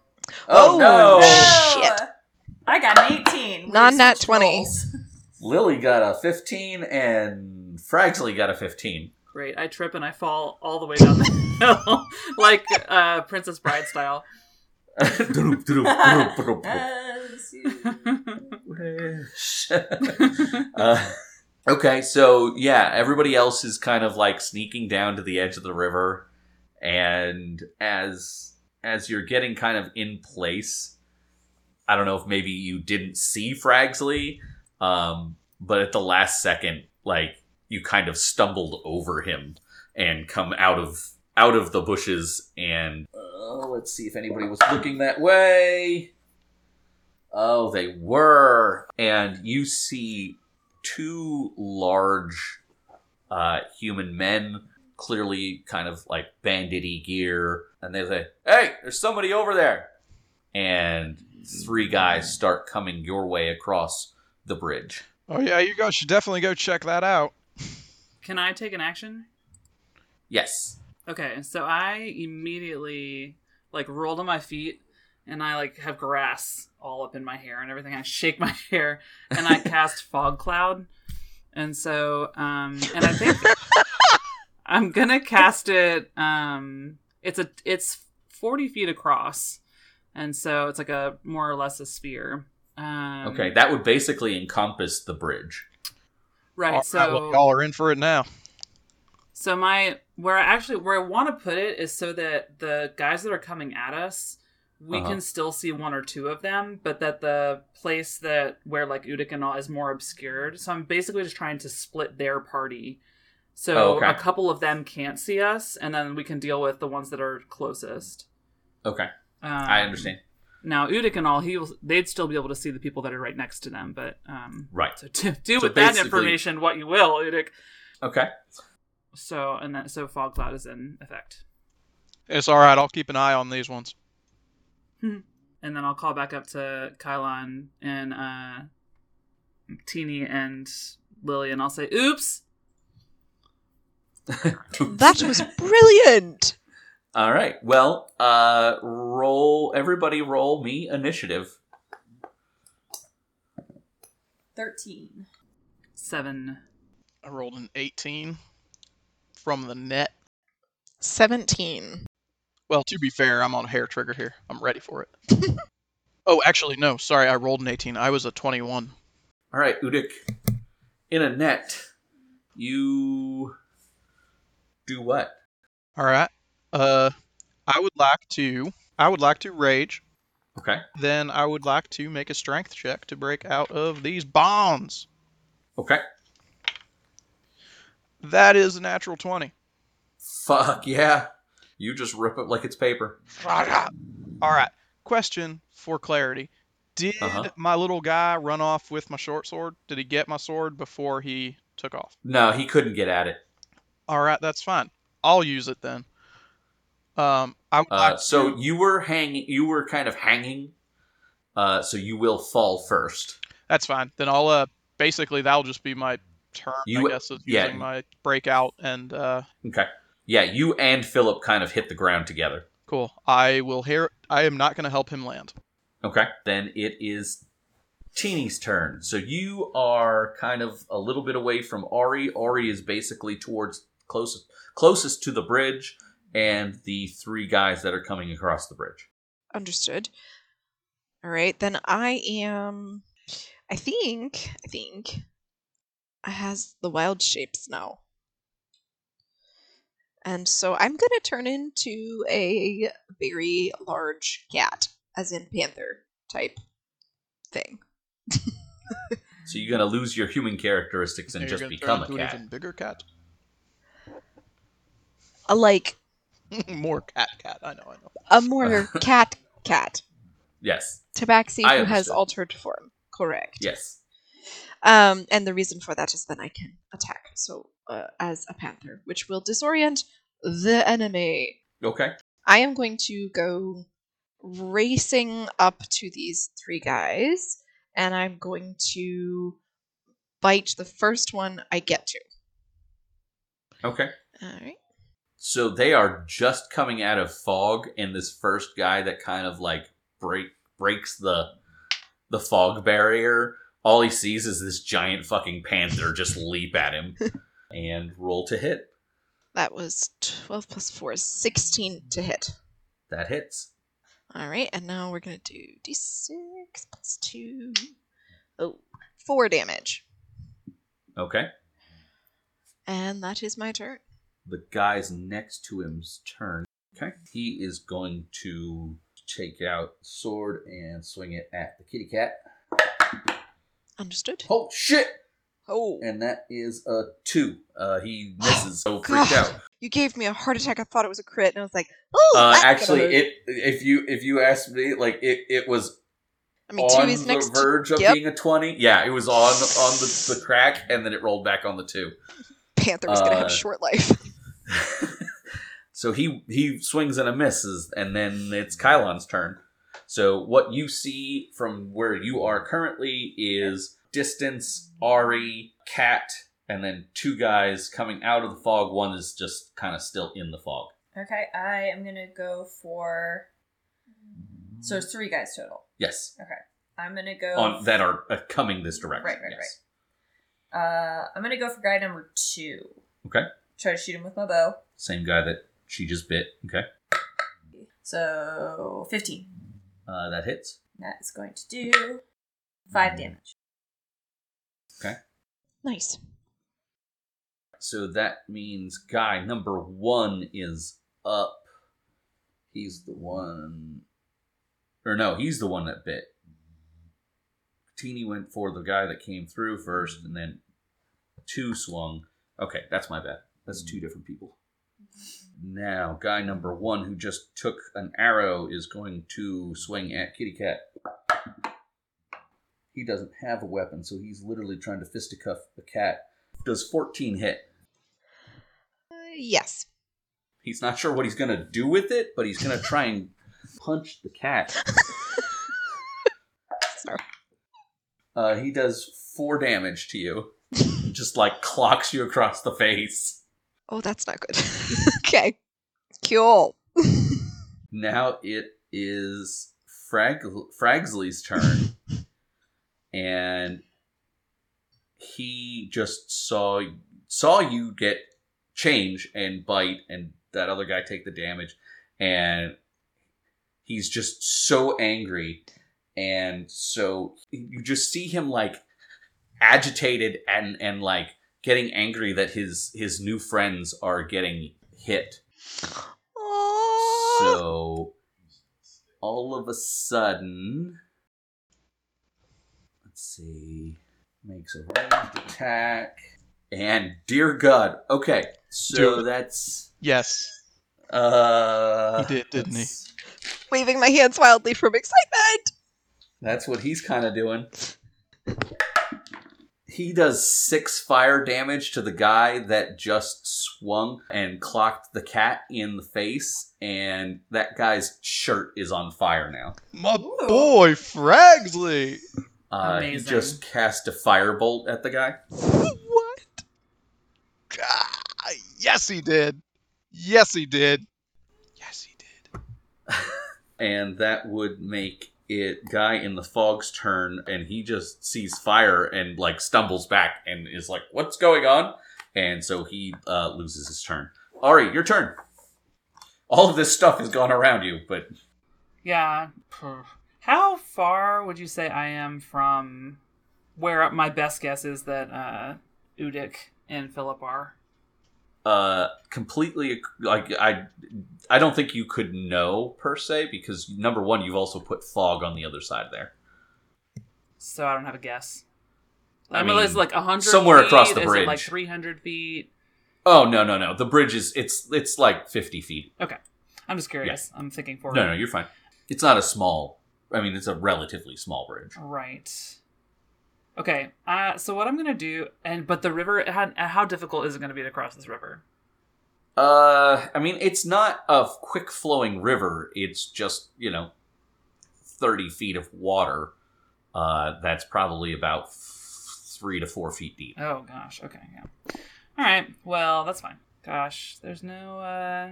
[SPEAKER 2] Oh,
[SPEAKER 3] No! I got an 18. We
[SPEAKER 2] Non nat
[SPEAKER 3] switched
[SPEAKER 2] 20.
[SPEAKER 3] roles.
[SPEAKER 1] Lily got a fifteen, and Fragsley got a fifteen.
[SPEAKER 5] Great. I trip and I fall all the way down the hill, like uh, Princess Bride style.
[SPEAKER 1] Droop, droop, droop, droop, droop.
[SPEAKER 3] As you-
[SPEAKER 1] Uh, okay, so yeah, everybody else is kind of like sneaking down to the edge of the river, and as as you're getting kind of in place, I don't know if maybe you didn't see Fragsley, um, but at the last second, like you kind of stumbled over him and come out of out of the bushes and oh, let's see if anybody was looking that way. Oh, they were. And you see two large uh, human men, clearly kind of like bandity gear, and they say, Hey, there's somebody over there. And three guys start coming your way across the bridge.
[SPEAKER 4] Oh yeah, you guys should definitely go check that out.
[SPEAKER 5] Can I take an action?
[SPEAKER 1] Yes.
[SPEAKER 5] Okay, so I immediately like roll to my feet and I like have grass all up in my hair and everything. I shake my hair and I cast fog cloud. And so um and I think I'm going to cast it um it's a it's 40 feet across. And so it's like a more or less a sphere. Um
[SPEAKER 1] Okay, that would basically encompass the bridge.
[SPEAKER 5] Right.
[SPEAKER 4] All right,
[SPEAKER 5] so
[SPEAKER 4] well, y'all are in for it now.
[SPEAKER 5] So my where I actually where I want to put it is so that the guys that are coming at us, we
[SPEAKER 1] Uh-huh.
[SPEAKER 5] can still see one or two of them, but that the place that where like Udic and all is more obscured. So I'm basically just trying to split their party. So
[SPEAKER 1] Oh, okay.
[SPEAKER 5] a couple of them can't see us, and then we can deal with the ones that are closest.
[SPEAKER 1] Okay,
[SPEAKER 5] Um,
[SPEAKER 1] I understand.
[SPEAKER 5] Now Udic and all, he will, they'd still be able to see the people that are right next to them, but um,
[SPEAKER 1] Right.
[SPEAKER 5] So do, do
[SPEAKER 1] So
[SPEAKER 5] with that
[SPEAKER 1] basically-
[SPEAKER 5] information what you will, Udic.
[SPEAKER 1] Okay.
[SPEAKER 5] So and that so fog cloud is in effect.
[SPEAKER 4] It's all right. I'll keep an eye on these ones.
[SPEAKER 5] and then I'll call back up to Kylon and uh, Teeny and Lily, and I'll say, "Oops."
[SPEAKER 2] That was brilliant.
[SPEAKER 1] All right. Well, uh roll everybody roll me initiative.
[SPEAKER 3] 13.
[SPEAKER 5] Seven.
[SPEAKER 4] I rolled an 18 from the net.
[SPEAKER 2] 17.
[SPEAKER 4] Well, to be fair, I'm on a hair trigger here. I'm ready for it. oh, actually, no. Sorry, I rolled an 18. I was a 21.
[SPEAKER 1] All right, Udik. In a net, you do what?
[SPEAKER 4] All right. Uh, I would like to. I would like to rage.
[SPEAKER 1] Okay.
[SPEAKER 4] Then I would like to make a strength check to break out of these bonds.
[SPEAKER 1] Okay.
[SPEAKER 4] That is a natural 20.
[SPEAKER 1] Fuck yeah. You just rip it like it's paper.
[SPEAKER 4] All right. Question for clarity. Did
[SPEAKER 1] Uh-huh.
[SPEAKER 4] my little guy run off with my short sword? Did he get my sword before he took off?
[SPEAKER 1] No, he couldn't get at it.
[SPEAKER 4] All right, that's fine. I'll use it then. Um, I would
[SPEAKER 1] Uh,
[SPEAKER 4] like
[SPEAKER 1] so
[SPEAKER 4] to-
[SPEAKER 1] you were hanging. You were kind of hanging. Uh, so you will fall first.
[SPEAKER 4] that's fine. Then I'll uh basically that'll just be my turn.
[SPEAKER 1] You-
[SPEAKER 4] I guess is
[SPEAKER 1] yeah.
[SPEAKER 4] using my breakout and uh
[SPEAKER 1] Okay. Yeah, you and Philip kind of hit the ground together.
[SPEAKER 4] cool. I will hear. I am not going to help him land.
[SPEAKER 1] Okay. Then it is Teeny's turn. So you are kind of a little bit away from Ari. Ari is basically towards closest closest to the bridge and the three guys that are coming across the bridge.
[SPEAKER 2] Understood. All right, then I am. I think. I think. I has the wild shapes now. And so I'm gonna turn into a very large cat, as in panther type thing.
[SPEAKER 1] So you're gonna lose your human characteristics and
[SPEAKER 4] You're
[SPEAKER 1] just
[SPEAKER 4] gonna turn
[SPEAKER 1] become a
[SPEAKER 4] into an
[SPEAKER 1] cat.
[SPEAKER 4] even bigger cat.
[SPEAKER 2] A like
[SPEAKER 4] More cat, cat. I know, I know.
[SPEAKER 2] a more cat cat
[SPEAKER 1] Yes.
[SPEAKER 2] tabaxi
[SPEAKER 1] I
[SPEAKER 2] who has
[SPEAKER 1] understood.
[SPEAKER 2] altered form. Correct.
[SPEAKER 1] Yes.
[SPEAKER 2] Um, and the reason for that is then I can attack. So uh, as a panther, which will disorient the enemy.
[SPEAKER 1] Okay.
[SPEAKER 2] I am going to go racing up to these three guys, and I'm going to bite the first one I get to.
[SPEAKER 1] Okay.
[SPEAKER 2] All right.
[SPEAKER 1] So they are just coming out of fog, and this first guy that kind of like break breaks the the fog barrier. All he sees is this giant fucking panther just leap at him and roll to hit.
[SPEAKER 2] That was 12 plus 4 is 16 to hit.
[SPEAKER 1] That hits.
[SPEAKER 2] All right, and now we're going to do d6 plus 2. Oh, 4 damage.
[SPEAKER 1] Okay.
[SPEAKER 2] And that is my turn.
[SPEAKER 1] The guy's next to him's turn. Okay. He is going to take out the sword and swing it at the kitty cat.
[SPEAKER 2] Understood?
[SPEAKER 1] Oh shit!
[SPEAKER 2] Oh,
[SPEAKER 1] And that is a two. Uh, he misses. so
[SPEAKER 2] God.
[SPEAKER 1] freaked out.
[SPEAKER 2] you gave me a heart attack. I thought it was a crit, and I was like, oh,
[SPEAKER 1] Uh,
[SPEAKER 2] that's gonna
[SPEAKER 1] actually,
[SPEAKER 2] hurt.
[SPEAKER 1] it if you if you asked me, like it it was
[SPEAKER 2] I mean, 2
[SPEAKER 1] on
[SPEAKER 2] is
[SPEAKER 1] the
[SPEAKER 2] next. to-
[SPEAKER 1] verge of
[SPEAKER 2] yep.
[SPEAKER 1] being a twenty. Yeah, it was on on the, the crack, and then it rolled back on the two.
[SPEAKER 2] Panther was going to have
[SPEAKER 1] uh,
[SPEAKER 2] a short life.
[SPEAKER 1] so he he swings and a misses, and then it's Kylon's turn. So what you see from where you are currently is distance, Ari, Cat, and then two guys coming out of the fog. One is just kind of still in the fog.
[SPEAKER 3] Okay, I am gonna go for. So it's three guys total.
[SPEAKER 1] Yes,
[SPEAKER 3] I'm gonna go.
[SPEAKER 1] on that are uh, coming this direction.
[SPEAKER 3] Right, right,
[SPEAKER 1] yes.
[SPEAKER 3] right. Uh, I'm gonna go for guy number two.
[SPEAKER 1] Okay.
[SPEAKER 3] Try to shoot him with my bow.
[SPEAKER 1] Same guy that she just bit. Okay.
[SPEAKER 3] So 15.
[SPEAKER 1] Uh, that hits.
[SPEAKER 3] That is going to do five
[SPEAKER 1] Mm.
[SPEAKER 3] damage.
[SPEAKER 2] nice.
[SPEAKER 1] So that means guy number one is up. He's the one. Or no, he's the one that bit. Teeny went for the guy that came through first, and then two swung. Okay, that's my bad. That's two different people. Now, guy number one who just took an arrow is going to swing at Kitty Cat. He doesn't have a weapon, so he's literally trying to fisticuff the cat. Does 14 hit?
[SPEAKER 2] Uh, yes.
[SPEAKER 1] He's not sure what he's gonna do with it, but he's gonna try and punch the cat.
[SPEAKER 2] Sorry.
[SPEAKER 1] Uh, he does four damage to you, just like clocks you across the face.
[SPEAKER 2] Oh, that's not good. okay. Cool.
[SPEAKER 1] Now it is Frag- Fragsley's turn, and he just saw saw you get change and bite, and that other guy take the damage, and he's just so angry, and so you just see him like agitated and and like getting angry that his his new friends are getting hit
[SPEAKER 2] Aw.
[SPEAKER 1] so all of a sudden, let's see, makes a ranged attack, and dear God, okay, so
[SPEAKER 4] Do it.
[SPEAKER 1] that's
[SPEAKER 4] Yes.
[SPEAKER 1] uh,
[SPEAKER 4] He did, didn't he?
[SPEAKER 1] that's-
[SPEAKER 2] Waving my hands wildly from excitement.
[SPEAKER 1] That's what he's kind of doing. He does six fire damage to the guy that just swung and clocked the cat in the face, and that guy's shirt is on fire now.
[SPEAKER 4] My
[SPEAKER 3] Ooh.
[SPEAKER 4] boy, Fragsley!
[SPEAKER 1] Uh, he
[SPEAKER 5] Amazing.
[SPEAKER 1] just cast a firebolt at the guy.
[SPEAKER 2] what?
[SPEAKER 4] God, yes, he did. Yes, he did. Yes, he did.
[SPEAKER 1] And that would make it guy in the fog's turn and he just sees fire and like stumbles back and is like what's going on and so he uh, loses his turn ari your turn all of this stuff has gone around you but
[SPEAKER 5] Yeah. pff. How far would you say I am from where my best guess is that uh, Udic and Philip are?
[SPEAKER 1] uh completely like i i don't think you could know per se because number one you've also put fog on the other side there
[SPEAKER 5] So I don't have a guess.
[SPEAKER 1] I
[SPEAKER 5] I, mean,
[SPEAKER 1] mean,
[SPEAKER 5] it's like hundred
[SPEAKER 1] somewhere across the
[SPEAKER 5] Is it like
[SPEAKER 1] bridge.
[SPEAKER 5] three hundred feet?
[SPEAKER 1] oh no no no the bridge is it's it's like 50 feet
[SPEAKER 5] I'm just curious. I'm thinking forward.
[SPEAKER 1] no no you're fine it's not a small i mean it's a relatively small bridge
[SPEAKER 5] Right. Okay. Uh, so what I'm gonna do, and but the river, how, how difficult is it gonna be to cross this river?
[SPEAKER 1] Uh, I mean, it's not a quick flowing river. It's just you know, thirty feet of water. Uh, that's probably about f- three to four feet deep.
[SPEAKER 5] Oh gosh. Okay. Yeah. All right. Well, that's fine. Gosh, there's no. uh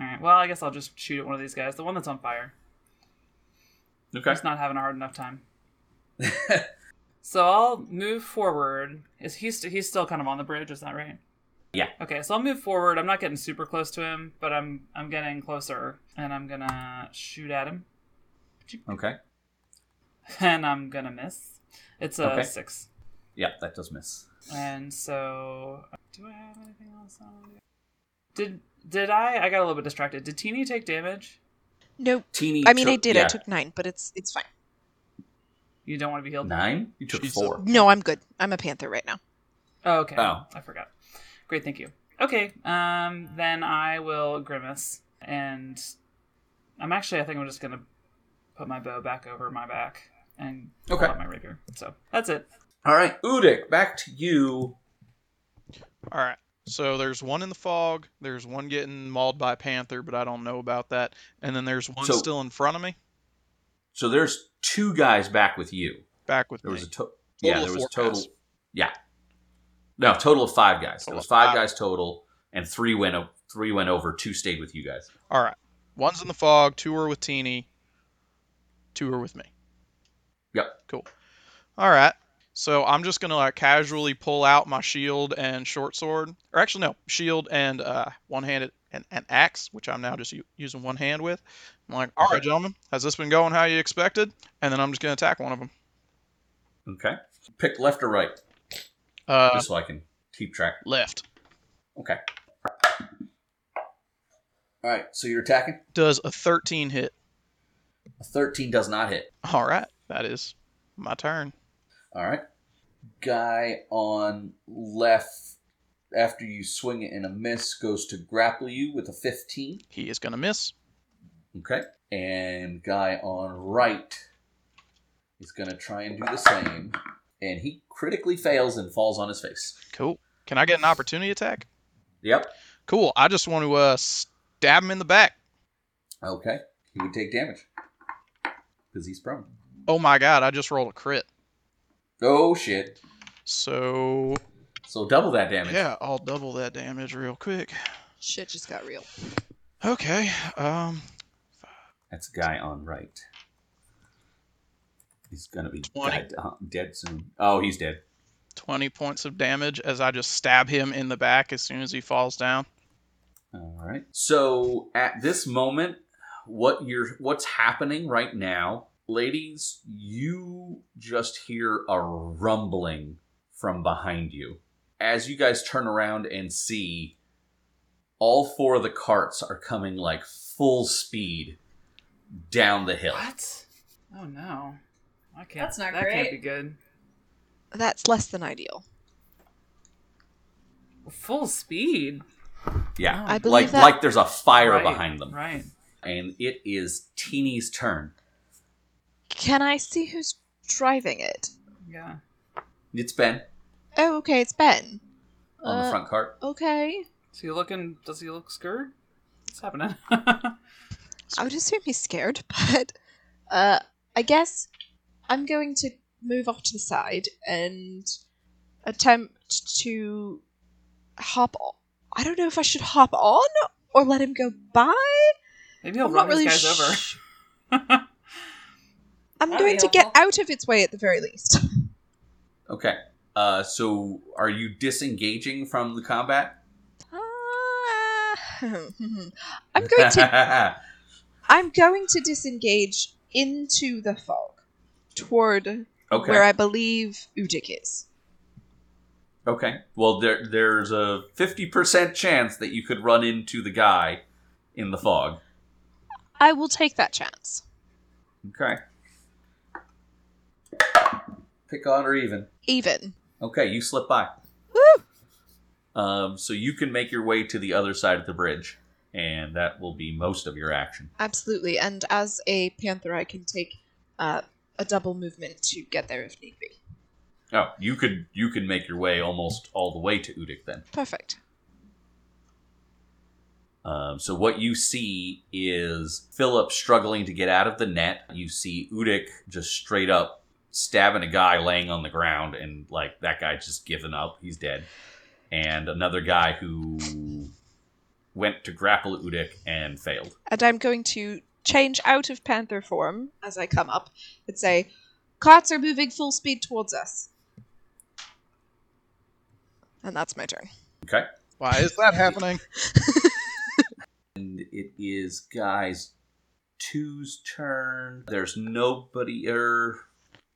[SPEAKER 5] All right. Well, I guess I'll just shoot at one of these guys, the one that's on fire.
[SPEAKER 1] Okay.
[SPEAKER 5] He's not having a hard enough time. so I'll move forward. Is he st- he's still kind of on the bridge? Is that right?
[SPEAKER 1] Yeah.
[SPEAKER 5] Okay, so I'll move forward. I'm not getting super close to him, but I'm I'm getting closer, and I'm gonna shoot at him,
[SPEAKER 1] Okay.
[SPEAKER 5] and I'm gonna miss. It's a
[SPEAKER 1] Okay.
[SPEAKER 5] six,
[SPEAKER 1] Yeah, that does miss.
[SPEAKER 5] and so uh, do I have anything else? on me? Did did I? I got a little bit distracted. Did Teeny take damage?
[SPEAKER 2] Nope.
[SPEAKER 1] Teeny.
[SPEAKER 2] I mean,
[SPEAKER 1] took-
[SPEAKER 2] I did.
[SPEAKER 1] Yeah.
[SPEAKER 2] I took nine, but it's it's fine.
[SPEAKER 5] You don't want to be healed.
[SPEAKER 1] nine. You took
[SPEAKER 4] Jesus.
[SPEAKER 1] four.
[SPEAKER 2] No, I'm good. I'm a panther right now.
[SPEAKER 5] Oh, okay.
[SPEAKER 1] Oh.
[SPEAKER 5] I forgot. Great, thank you. Okay, um, then I will grimace, and I'm actually, I think I'm just gonna put my bow back over my back and pull
[SPEAKER 1] Okay.
[SPEAKER 5] out my rapier. So that's it.
[SPEAKER 1] All right, Udic, back to you.
[SPEAKER 4] All right. So there's one in the fog. There's one getting mauled by a panther, but I don't know about that. And then there's one
[SPEAKER 1] So-
[SPEAKER 4] still in front of me.
[SPEAKER 1] So there's two guys back with you.
[SPEAKER 4] Back with
[SPEAKER 1] There
[SPEAKER 4] me.
[SPEAKER 1] was a to-
[SPEAKER 4] Total
[SPEAKER 1] yeah.
[SPEAKER 4] of
[SPEAKER 1] There was
[SPEAKER 4] four
[SPEAKER 1] a total.
[SPEAKER 4] guys.
[SPEAKER 1] Yeah. No, total of five guys. There
[SPEAKER 4] Total
[SPEAKER 1] was
[SPEAKER 4] of
[SPEAKER 1] five
[SPEAKER 4] five.
[SPEAKER 1] guys total, and three went o- three went over. Two stayed with you guys.
[SPEAKER 4] All right. One's in the fog. Two are with Teeny. Two are with me.
[SPEAKER 1] Yep.
[SPEAKER 4] Cool. All right. So I'm just gonna like casually pull out my shield and short sword, or actually no, shield and uh, one-handed and an axe, which I'm now just u- using one hand with. I'm like, all right, gentlemen, has this been going how you expected? And then I'm just gonna attack one of them.
[SPEAKER 1] Okay. Pick left or right,
[SPEAKER 4] Uh,
[SPEAKER 1] just so I can keep track.
[SPEAKER 4] left
[SPEAKER 1] Okay. All right. So you're attacking.
[SPEAKER 4] does a 13 hit.
[SPEAKER 1] A thirteen does not hit.
[SPEAKER 4] All right, that is my turn.
[SPEAKER 1] All right. Guy on left, after you swing it and a miss, goes to grapple you with a fifteen.
[SPEAKER 4] He is gonna miss.
[SPEAKER 1] Okay. And guy on right is gonna try and do the same, and he critically fails and falls on his face.
[SPEAKER 4] Cool. Can I get an opportunity attack?
[SPEAKER 1] Yep.
[SPEAKER 4] Cool. I just want to uh, stab him in the back.
[SPEAKER 1] Okay. He would take damage because he's prone.
[SPEAKER 4] Oh my god, I just rolled a crit.
[SPEAKER 1] Oh shit.
[SPEAKER 4] So
[SPEAKER 1] So double that damage.
[SPEAKER 4] yeah, I'll double that damage real quick.
[SPEAKER 2] Shit just got real.
[SPEAKER 4] Okay. Um,
[SPEAKER 1] That's a guy on right. He's gonna be
[SPEAKER 4] 20.
[SPEAKER 1] dead, uh, dead soon. Oh, he's dead.
[SPEAKER 4] twenty points of damage as I just stab him in the back as soon as he falls down.
[SPEAKER 1] All right. So at this moment, what you're what's happening right now, ladies? You just hear a rumbling from behind you as you guys turn around and see all four of the carts are coming like full speed down the hill.
[SPEAKER 5] What? Oh no, I can't.
[SPEAKER 3] That's not
[SPEAKER 5] that
[SPEAKER 3] great.
[SPEAKER 5] can't be good.
[SPEAKER 2] That's less than ideal.
[SPEAKER 5] Full speed. Oh,
[SPEAKER 1] Yeah.
[SPEAKER 2] I believe
[SPEAKER 1] Like
[SPEAKER 2] that.
[SPEAKER 1] like there's a fire
[SPEAKER 5] Right,
[SPEAKER 1] behind them.
[SPEAKER 5] Right.
[SPEAKER 1] and it is Teeny's turn.
[SPEAKER 2] Can I see who's driving it?
[SPEAKER 5] Yeah.
[SPEAKER 1] It's Ben
[SPEAKER 2] Oh, okay, it's Ben.
[SPEAKER 1] on the
[SPEAKER 2] Uh,
[SPEAKER 1] front cart.
[SPEAKER 2] Okay.
[SPEAKER 5] Is he looking? Does he look scared? What's happening?
[SPEAKER 2] I would assume he's scared, but uh, I guess I'm going to move off to the side and attempt to hop on. I don't know if I should hop on or let him go by.
[SPEAKER 5] Maybe he'll
[SPEAKER 2] I'm
[SPEAKER 5] run
[SPEAKER 2] not really
[SPEAKER 5] these guys
[SPEAKER 2] sh-
[SPEAKER 5] over.
[SPEAKER 2] I'm
[SPEAKER 3] That'd
[SPEAKER 2] going
[SPEAKER 3] be
[SPEAKER 2] to get
[SPEAKER 3] helpful.
[SPEAKER 2] out of its way at the very least.
[SPEAKER 1] Okay. Uh, so are you disengaging from the combat?
[SPEAKER 2] Ah, I'm going to I'm going to disengage into the fog toward
[SPEAKER 1] okay.
[SPEAKER 2] where I believe Udik is.
[SPEAKER 1] Okay. Well, there there's a fifty percent chance that you could run into the guy in the fog.
[SPEAKER 2] I will take that chance.
[SPEAKER 1] Okay. Pick odd or even.
[SPEAKER 2] Even.
[SPEAKER 1] Okay, you slip by.
[SPEAKER 2] Woo!
[SPEAKER 1] Um, so you can make your way to the other side of the bridge, and that will be most of your action.
[SPEAKER 2] Absolutely. And as a panther, I can take uh, a double movement to get there if need be.
[SPEAKER 1] Oh, you could you can make your way almost all the way to Udik then.
[SPEAKER 2] Perfect.
[SPEAKER 1] Um, so what you see is Philip struggling to get out of the net. You see Udik just straight up stabbing a guy laying on the ground, and like that guy just giving up. He's dead. And another guy who went to grapple Udik and failed.
[SPEAKER 2] And I'm going to change out of panther form as I come up and say, Cots are moving full speed towards us. And that's my turn.
[SPEAKER 1] Okay.
[SPEAKER 4] Why is that happening?
[SPEAKER 1] And it is guys two's turn. There's nobody er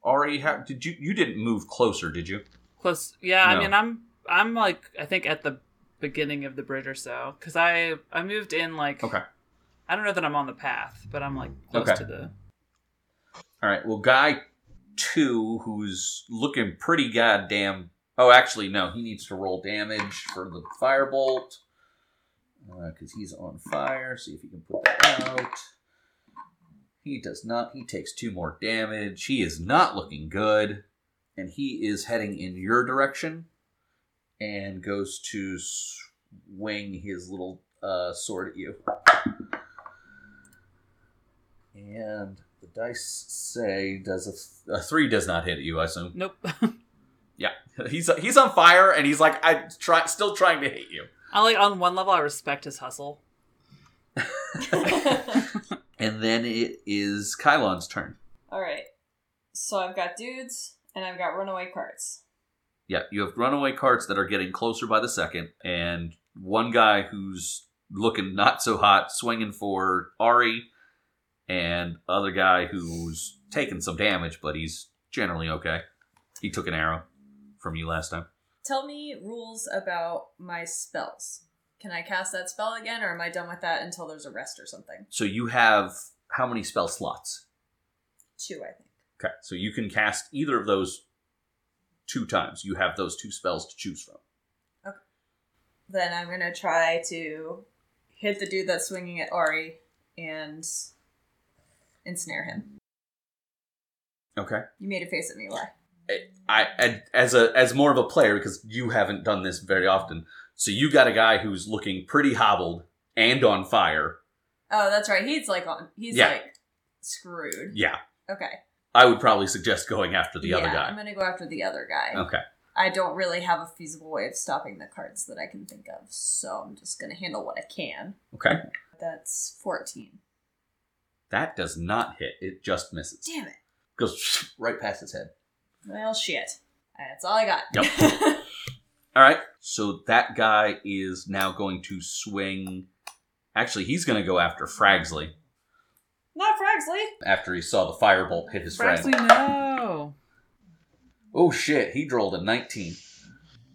[SPEAKER 1] Ari, how did you you didn't move closer, did you?
[SPEAKER 5] Close. Yeah,
[SPEAKER 1] No.
[SPEAKER 5] I mean, I'm I'm like I think at the beginning of the bridge or so because I I moved in like
[SPEAKER 1] Okay.
[SPEAKER 5] I don't know that I'm on the path, but I'm like close
[SPEAKER 1] Okay.
[SPEAKER 5] to the.
[SPEAKER 1] All right. Well, guy two, who's looking pretty goddamn. Oh, actually, no. He needs to roll damage for the firebolt because he's on fire. See if he can put that out. He does not. He takes two more damage. He is not looking good, and he is heading in your direction, and goes to swing his little uh, sword at you. And the dice say does a, th- a three does not hit you. I assume.
[SPEAKER 5] Nope.
[SPEAKER 1] Yeah, he's he's on fire, and he's like I try still trying to hit you.
[SPEAKER 5] I like on one level I respect his hustle.
[SPEAKER 1] And then it is Kylon's turn.
[SPEAKER 3] All right. So I've got dudes and I've got runaway carts.
[SPEAKER 1] Yeah, you have runaway carts that are getting closer by the second, and one guy who's looking not so hot, swinging for Ari, and other guy who's taking some damage, but he's generally okay. He took an arrow from you last time.
[SPEAKER 3] Tell me rules about my spells. Can I cast that spell again, or am I done with that until there's a rest or something?
[SPEAKER 1] So you have how many spell slots?
[SPEAKER 3] Two, I think.
[SPEAKER 1] Okay, so you can cast either of those two times. You have those two spells to choose from.
[SPEAKER 3] Then I'm gonna try to hit the dude that's swinging at Ari and ensnare him.
[SPEAKER 1] Okay.
[SPEAKER 3] You made a face at me, why?
[SPEAKER 1] I, I as a as more of a player because you haven't done this very often. So you got a guy who's looking pretty hobbled and on fire.
[SPEAKER 3] Oh, that's right. He's like on. He's
[SPEAKER 1] Yeah.
[SPEAKER 3] like screwed.
[SPEAKER 1] Yeah,
[SPEAKER 3] Okay.
[SPEAKER 1] I would probably suggest going after the
[SPEAKER 3] yeah,
[SPEAKER 1] other
[SPEAKER 3] I'm
[SPEAKER 1] guy. Oh.
[SPEAKER 3] gonna go after the other guy.
[SPEAKER 1] Okay.
[SPEAKER 3] I don't really have a feasible way of stopping the cards that I can think of, so I'm just gonna handle what I can.
[SPEAKER 1] Okay.
[SPEAKER 3] That's 14.
[SPEAKER 1] That does not hit. It just misses.
[SPEAKER 3] Damn it.
[SPEAKER 1] Goes right past his head.
[SPEAKER 3] Well, shit. That's all I got.
[SPEAKER 1] All right. So that guy is now going to swing. Actually, he's going to go after Fragsley
[SPEAKER 3] Not Fragsley.
[SPEAKER 1] after he saw the firebolt hit his friend.
[SPEAKER 5] Fraxley, no.
[SPEAKER 1] Oh shit, he rolled a 19.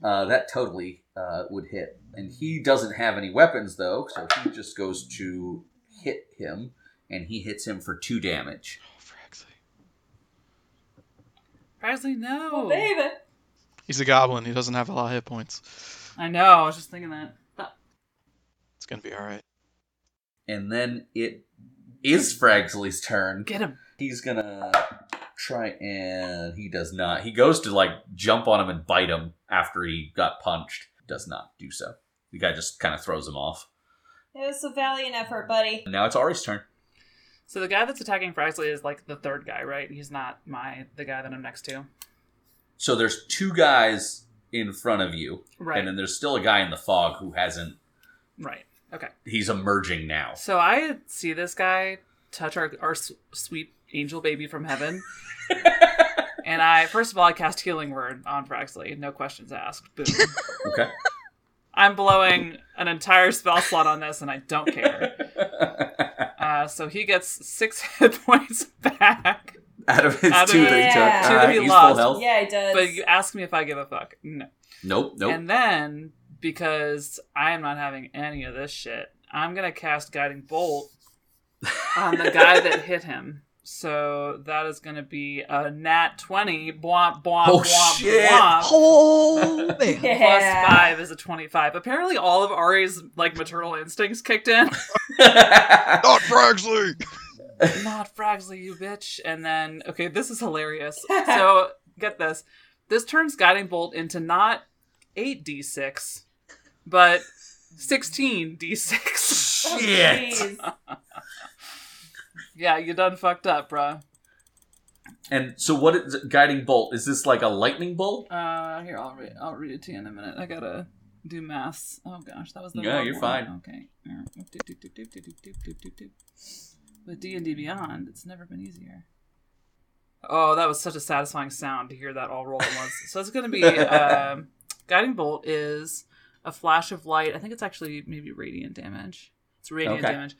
[SPEAKER 1] Uh, that totally uh, would hit. And he doesn't have any weapons though, so he just goes to hit him, and he hits him for two damage.
[SPEAKER 4] Oh, Fraxley.
[SPEAKER 5] Fraxley, no.
[SPEAKER 3] Oh, baby.
[SPEAKER 4] He's a goblin. He doesn't have a lot of hit points.
[SPEAKER 5] I know. I was just thinking that.
[SPEAKER 4] It's gonna be all right.
[SPEAKER 1] And then it is Fragsley's turn.
[SPEAKER 5] Get him.
[SPEAKER 1] He's gonna try and he does not. He goes to like jump on him and bite him after he got punched. Does not do so. The guy just kind of throws him off.
[SPEAKER 3] It was a valiant effort, buddy.
[SPEAKER 1] And now it's Ari's turn.
[SPEAKER 5] So the guy that's attacking Fraxley is like the third guy, right? He's not my the guy that I'm next to.
[SPEAKER 1] So there's two guys in front of you.
[SPEAKER 5] Right.
[SPEAKER 1] And then there's still a guy in the fog who hasn't.
[SPEAKER 5] right. Okay.
[SPEAKER 1] He's emerging now.
[SPEAKER 5] So I see this guy touch our our s- sweet angel baby from heaven. and I first of all I cast healing word on Braxley, no questions asked. Boom.
[SPEAKER 1] Okay.
[SPEAKER 5] I'm blowing an entire spell slot on this, and I don't care. Uh, so he gets six hit points back.
[SPEAKER 1] out of his
[SPEAKER 5] Out of
[SPEAKER 1] two
[SPEAKER 5] it.
[SPEAKER 1] that he took,
[SPEAKER 3] Yeah. Two
[SPEAKER 5] that
[SPEAKER 1] Alright,
[SPEAKER 5] he
[SPEAKER 1] he's
[SPEAKER 5] lost.
[SPEAKER 1] full health.
[SPEAKER 3] Yeah, it does.
[SPEAKER 5] But you ask me if I give a fuck. No.
[SPEAKER 1] Nope, nope.
[SPEAKER 5] And then, because I am not having any of this shit, I'm gonna cast Guiding Bolt on the guy that hit him. So that is gonna be a nat twenty. Bwomp bwomp
[SPEAKER 1] Oh,
[SPEAKER 5] bwomp
[SPEAKER 1] shit.
[SPEAKER 5] bwomp.
[SPEAKER 2] Oh man.
[SPEAKER 3] yeah.
[SPEAKER 5] Plus five is a twenty-five. Apparently, all of Ari's like maternal instincts kicked in. Oh,
[SPEAKER 4] Not Bragsley!
[SPEAKER 5] Not Fragsley, you bitch. And then, okay, this is hilarious. So get this: this turns Guiding Bolt into not eight d six, but sixteen d six.
[SPEAKER 3] Oh,
[SPEAKER 1] Shit.
[SPEAKER 3] jeez.
[SPEAKER 5] Yeah, you done fucked up, bruh.
[SPEAKER 1] And so, what is guiding bolt? Is this like a lightning bolt?
[SPEAKER 5] Uh, here I'll read. I'll read it to you in a minute. I gotta do maths. Oh gosh, that was the
[SPEAKER 1] Yeah,
[SPEAKER 5] wrong
[SPEAKER 1] you're
[SPEAKER 5] one.
[SPEAKER 1] fine.
[SPEAKER 5] Okay. Doop, doop, doop, doop, doop, doop, doop, doop, doop. With D and D Beyond, it's never been easier. Oh, that was such a satisfying sound to hear that all roll at once. so it's gonna be um guiding bolt is a flash of light. I think it's actually maybe radiant damage. It's radiant
[SPEAKER 1] Okay.
[SPEAKER 5] damage.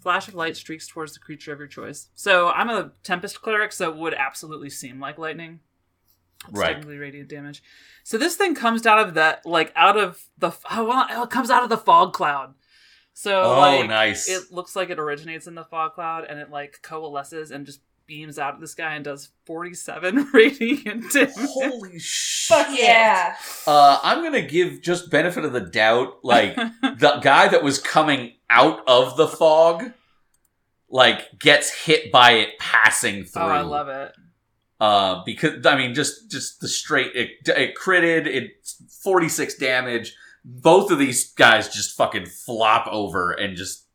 [SPEAKER 5] Flash of light streaks towards the creature of your choice. So I'm a tempest cleric, so it would absolutely seem like lightning. It's
[SPEAKER 1] Right.
[SPEAKER 5] technically radiant damage. So this thing comes out of that, like out of the oh, well, oh, it comes out of the fog cloud. So
[SPEAKER 1] oh,
[SPEAKER 5] like,
[SPEAKER 1] nice.
[SPEAKER 5] it looks like it originates in the fog cloud and it like coalesces and just beams out of the sky and does 47 radiant damage.
[SPEAKER 1] Holy shit!
[SPEAKER 3] Fuck yeah.
[SPEAKER 1] Uh, I'm gonna give just benefit of the doubt. Like
[SPEAKER 5] Oh,
[SPEAKER 1] the guy that was coming out of the fog, like gets hit by it passing
[SPEAKER 5] oh,
[SPEAKER 1] through.
[SPEAKER 5] I love it.
[SPEAKER 1] Uh, because I mean, just just the straight it, it critted it 46 damage. Both of these guys just fucking flop over and just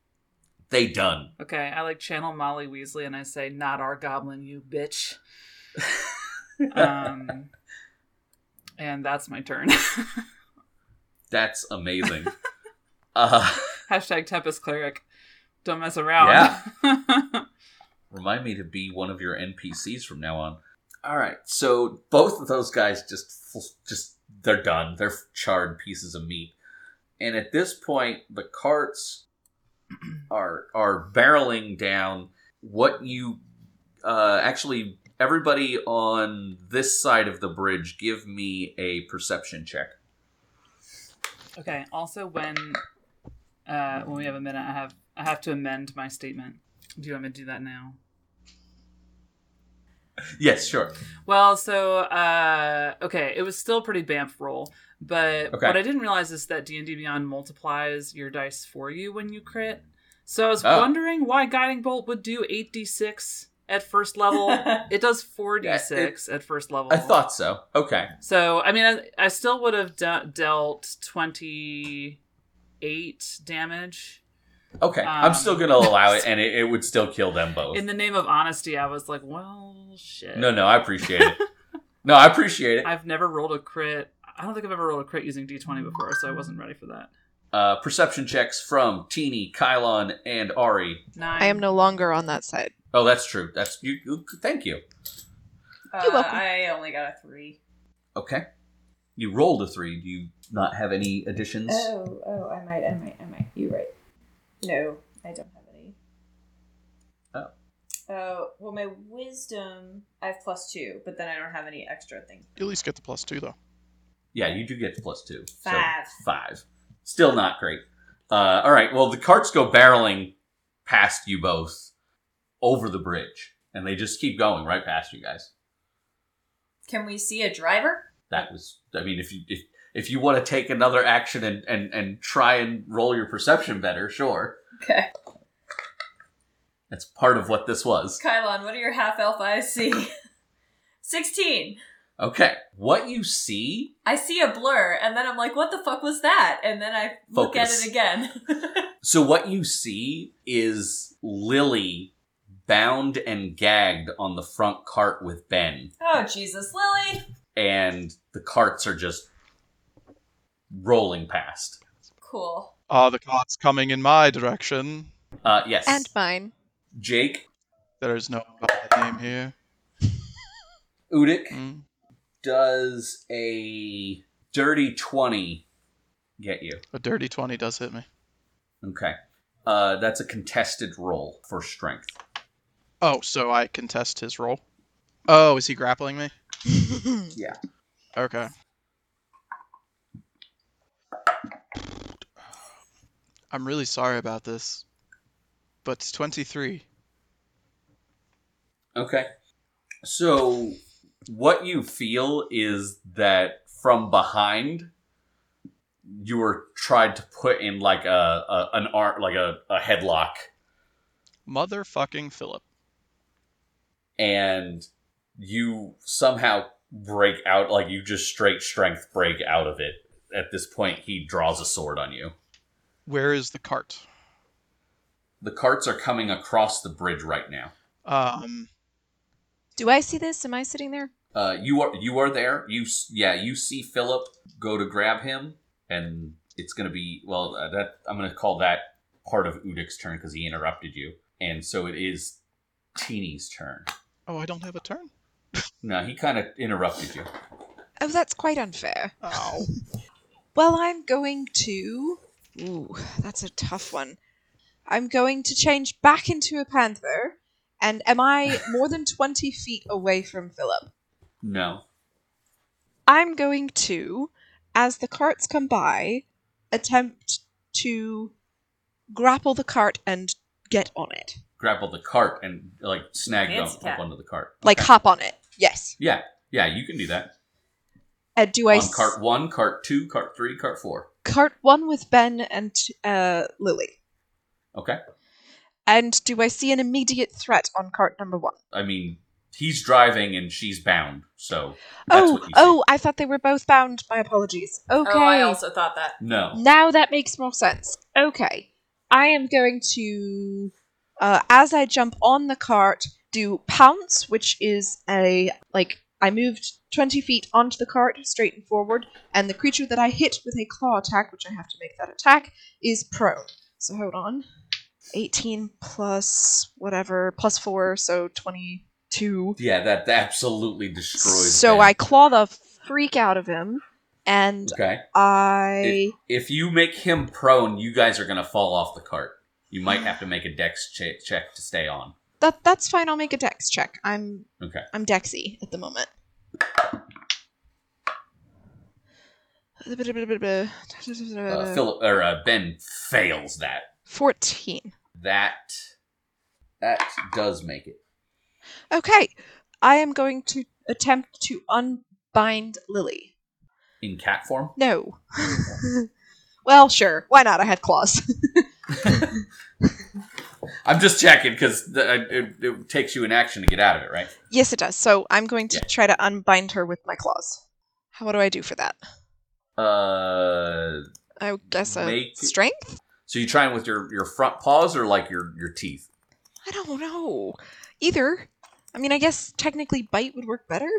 [SPEAKER 1] they done.
[SPEAKER 5] Okay, I like channel Molly Weasley and I say, "Not our goblin, you bitch." um, and that's my turn.
[SPEAKER 1] That's amazing. uh,
[SPEAKER 5] Hashtag Tempest Cleric. Don't mess around.
[SPEAKER 1] remind me to be one of your NPCs from now on. All right, so both of those guys just f- just they're done. They're charred pieces of meat, and at this point, the carts are are barreling down. What you uh, actually, everybody on this side of the bridge, give me a perception check.
[SPEAKER 5] okay. Also, when uh, when we have a minute, I have I have to amend my statement. Do you want me to do that now?
[SPEAKER 1] Yes, sure.
[SPEAKER 5] Well, so uh, okay, it was still a pretty bamf roll, but
[SPEAKER 1] Okay.
[SPEAKER 5] what I didn't realize is that D and D Beyond multiplies your dice for you when you crit. So I was
[SPEAKER 1] Oh.
[SPEAKER 5] wondering why Guiding Bolt would do eight d six at first level.
[SPEAKER 3] Uh,
[SPEAKER 5] it does four d six at first level.
[SPEAKER 1] I thought so. Okay.
[SPEAKER 5] so. I mean, I, I still would have de- dealt twenty eight damage.
[SPEAKER 1] Okay, I'm
[SPEAKER 5] Um,
[SPEAKER 1] still gonna allow it, and it, it would still kill them both.
[SPEAKER 5] In the name of honesty, I was like, well, shit.
[SPEAKER 1] No, no, I appreciate it. No, I appreciate it.
[SPEAKER 5] I've never rolled a crit. I don't think I've ever rolled a crit using d20 before, so I wasn't ready for that.
[SPEAKER 1] Uh, perception checks from Teeny, Kylon, and Ari.
[SPEAKER 5] Nine.
[SPEAKER 2] I am no longer on that side.
[SPEAKER 1] Oh, that's true. That's you. you- Thank you.
[SPEAKER 3] Uh,
[SPEAKER 2] You're welcome.
[SPEAKER 3] I only got a three.
[SPEAKER 1] Okay. You rolled a three. Do you not have any additions?
[SPEAKER 3] Oh, oh, I might, I might, I might. You're right. No, I don't have any.
[SPEAKER 1] Oh.
[SPEAKER 3] Oh, well, my wisdom, I have plus two, but then I don't have any extra things.
[SPEAKER 4] You at least get the plus two, though.
[SPEAKER 1] Yeah, you do get the plus two. So
[SPEAKER 3] Five.
[SPEAKER 1] five. Still not great. Uh, all right. Well, the carts go barreling past you both over the bridge, and they just keep going right past you guys.
[SPEAKER 3] Can we see a driver?
[SPEAKER 1] That was. I mean, if you if, if you want to take another action and, and and try and roll your perception better, sure.
[SPEAKER 3] Okay.
[SPEAKER 1] That's part of what this was.
[SPEAKER 3] Kylon, what do your half elf eyes see? 16.
[SPEAKER 1] Okay. What you see,
[SPEAKER 3] I see a blur, and then I'm like, what the fuck was that? And then I look at
[SPEAKER 1] Focus.
[SPEAKER 3] it again.
[SPEAKER 1] so what you see is Lily bound and gagged on the front cart with Ben,
[SPEAKER 3] oh, Jesus, Lily.
[SPEAKER 1] and the carts are just rolling past.
[SPEAKER 3] Cool.
[SPEAKER 4] Ah, the cart's coming in my direction.
[SPEAKER 1] Uh, yes.
[SPEAKER 2] And mine.
[SPEAKER 1] Jake,
[SPEAKER 4] There is no one by that name here.
[SPEAKER 1] Udic
[SPEAKER 4] Mm.
[SPEAKER 1] does a dirty 20 get you?
[SPEAKER 4] A dirty 20 does hit me.
[SPEAKER 1] Okay. Uh, that's a contested roll for strength.
[SPEAKER 4] Oh, so I contest his roll. Oh, is he grappling me? Okay. I'm really sorry about this, but it's 23.
[SPEAKER 1] Okay. So what you feel is that from behind you were tried to put in like a, a an art like a, a headlock
[SPEAKER 4] Motherfucking Philip.
[SPEAKER 1] and you somehow break out like you just straight strength break out of it. At this point he draws a sword on you.
[SPEAKER 4] Where is the cart?
[SPEAKER 1] The carts are coming across the bridge right now.
[SPEAKER 4] Um,
[SPEAKER 2] Do I see this? Am I sitting there?
[SPEAKER 1] Uh, you are you are there. You s- yeah. You see Philip go to grab him, and it's gonna be well. Uh, that I'm gonna call that part of Udik's turn because he interrupted you, and so it is Teeny's turn.
[SPEAKER 4] oh, I don't have a turn.
[SPEAKER 1] No, he kind of interrupted you.
[SPEAKER 2] Oh, that's quite unfair.
[SPEAKER 4] Ow.
[SPEAKER 2] Well, I'm going to. Ooh, that's a tough one. I'm going to change back into a panther. And am I more than 20 feet away from Philip?
[SPEAKER 1] No,
[SPEAKER 2] I'm going to, as the carts come by, attempt to grapple the cart and get on it.
[SPEAKER 1] grapple the cart and like snag them
[SPEAKER 3] Fancy
[SPEAKER 1] up
[SPEAKER 3] cat.
[SPEAKER 1] onto the cart.
[SPEAKER 2] Like,
[SPEAKER 1] Okay.
[SPEAKER 2] hop on it. Yes.
[SPEAKER 1] yeah, yeah. You can do that
[SPEAKER 2] And do I.
[SPEAKER 1] on
[SPEAKER 2] s-
[SPEAKER 1] cart one, cart two, cart three, cart four.
[SPEAKER 2] cart one with Ben and uh, Lily.
[SPEAKER 1] Okay.
[SPEAKER 2] And do I see an immediate threat on cart number one?
[SPEAKER 1] I mean, he's driving and she's bound, so that's
[SPEAKER 2] Oh,
[SPEAKER 1] what you see.
[SPEAKER 2] oh, I thought they were both bound. My apologies. Okay.
[SPEAKER 3] Oh, I also thought that.
[SPEAKER 1] no.
[SPEAKER 2] Now that makes more sense. Okay. I am going to, uh, as I jump on the cart, do pounce, which is a, like, I moved 20 feet onto the cart, straight and forward, and the creature that I hit with a claw attack, which I have to make that attack, is prone. So hold on. 18 plus whatever, plus 4, so 22.
[SPEAKER 1] Yeah, that absolutely destroys.
[SPEAKER 2] So
[SPEAKER 1] them.
[SPEAKER 2] I claw the freak out of him, and
[SPEAKER 1] Okay.
[SPEAKER 2] I.
[SPEAKER 1] If you make him prone, you guys are gonna fall off the cart. You might have to make a dex che- check to stay on.
[SPEAKER 2] That that's fine. I'll make a dex check. I'm
[SPEAKER 1] Okay.
[SPEAKER 2] I'm dexy at the moment.
[SPEAKER 1] Uh, Philip or uh, Ben fails that.
[SPEAKER 2] Fourteen.
[SPEAKER 1] That that does make it.
[SPEAKER 2] Okay, I am going to attempt to unbind Lily.
[SPEAKER 1] In cat form,
[SPEAKER 2] No. well, sure. Why not? I have claws.
[SPEAKER 1] I'm just checking because it, it takes you an action to get out of it, right?
[SPEAKER 2] yes, it does. So I'm going to try to unbind her with my claws. How what do I do for that?
[SPEAKER 1] Uh,
[SPEAKER 2] I guess a
[SPEAKER 1] Make-
[SPEAKER 2] strength.
[SPEAKER 1] so you trying with your your front paws or like your your teeth?
[SPEAKER 2] I don't know. Either. I mean, I guess technically bite would work better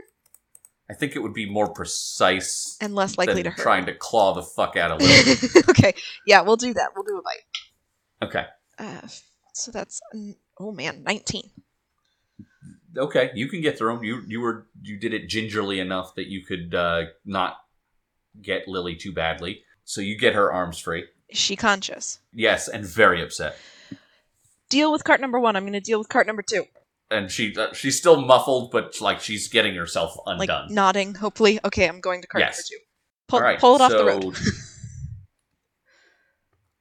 [SPEAKER 1] I think it would be more precise
[SPEAKER 2] and less likely
[SPEAKER 1] than
[SPEAKER 2] to hurt.
[SPEAKER 1] trying to claw the fuck out of it.
[SPEAKER 2] okay, yeah, we'll do that. We'll do a bite.
[SPEAKER 1] okay.
[SPEAKER 2] Uh, f- so that's mm, oh man, nineteen.
[SPEAKER 1] okay, you can get through them. You you were you did it gingerly enough that you could uh, not get Lily too badly. So you get her arms free.
[SPEAKER 2] Is she conscious?
[SPEAKER 1] Yes, and very upset.
[SPEAKER 2] Deal with cart number one. I'm gonna deal with cart number two.
[SPEAKER 1] And she uh, she's still muffled, but like she's getting herself
[SPEAKER 2] Like
[SPEAKER 1] undone.
[SPEAKER 2] nodding, hopefully. Okay, I'm going to cart
[SPEAKER 1] Yes.
[SPEAKER 2] number two. Pull,
[SPEAKER 1] All right,
[SPEAKER 2] pull it off the
[SPEAKER 1] so-
[SPEAKER 2] road.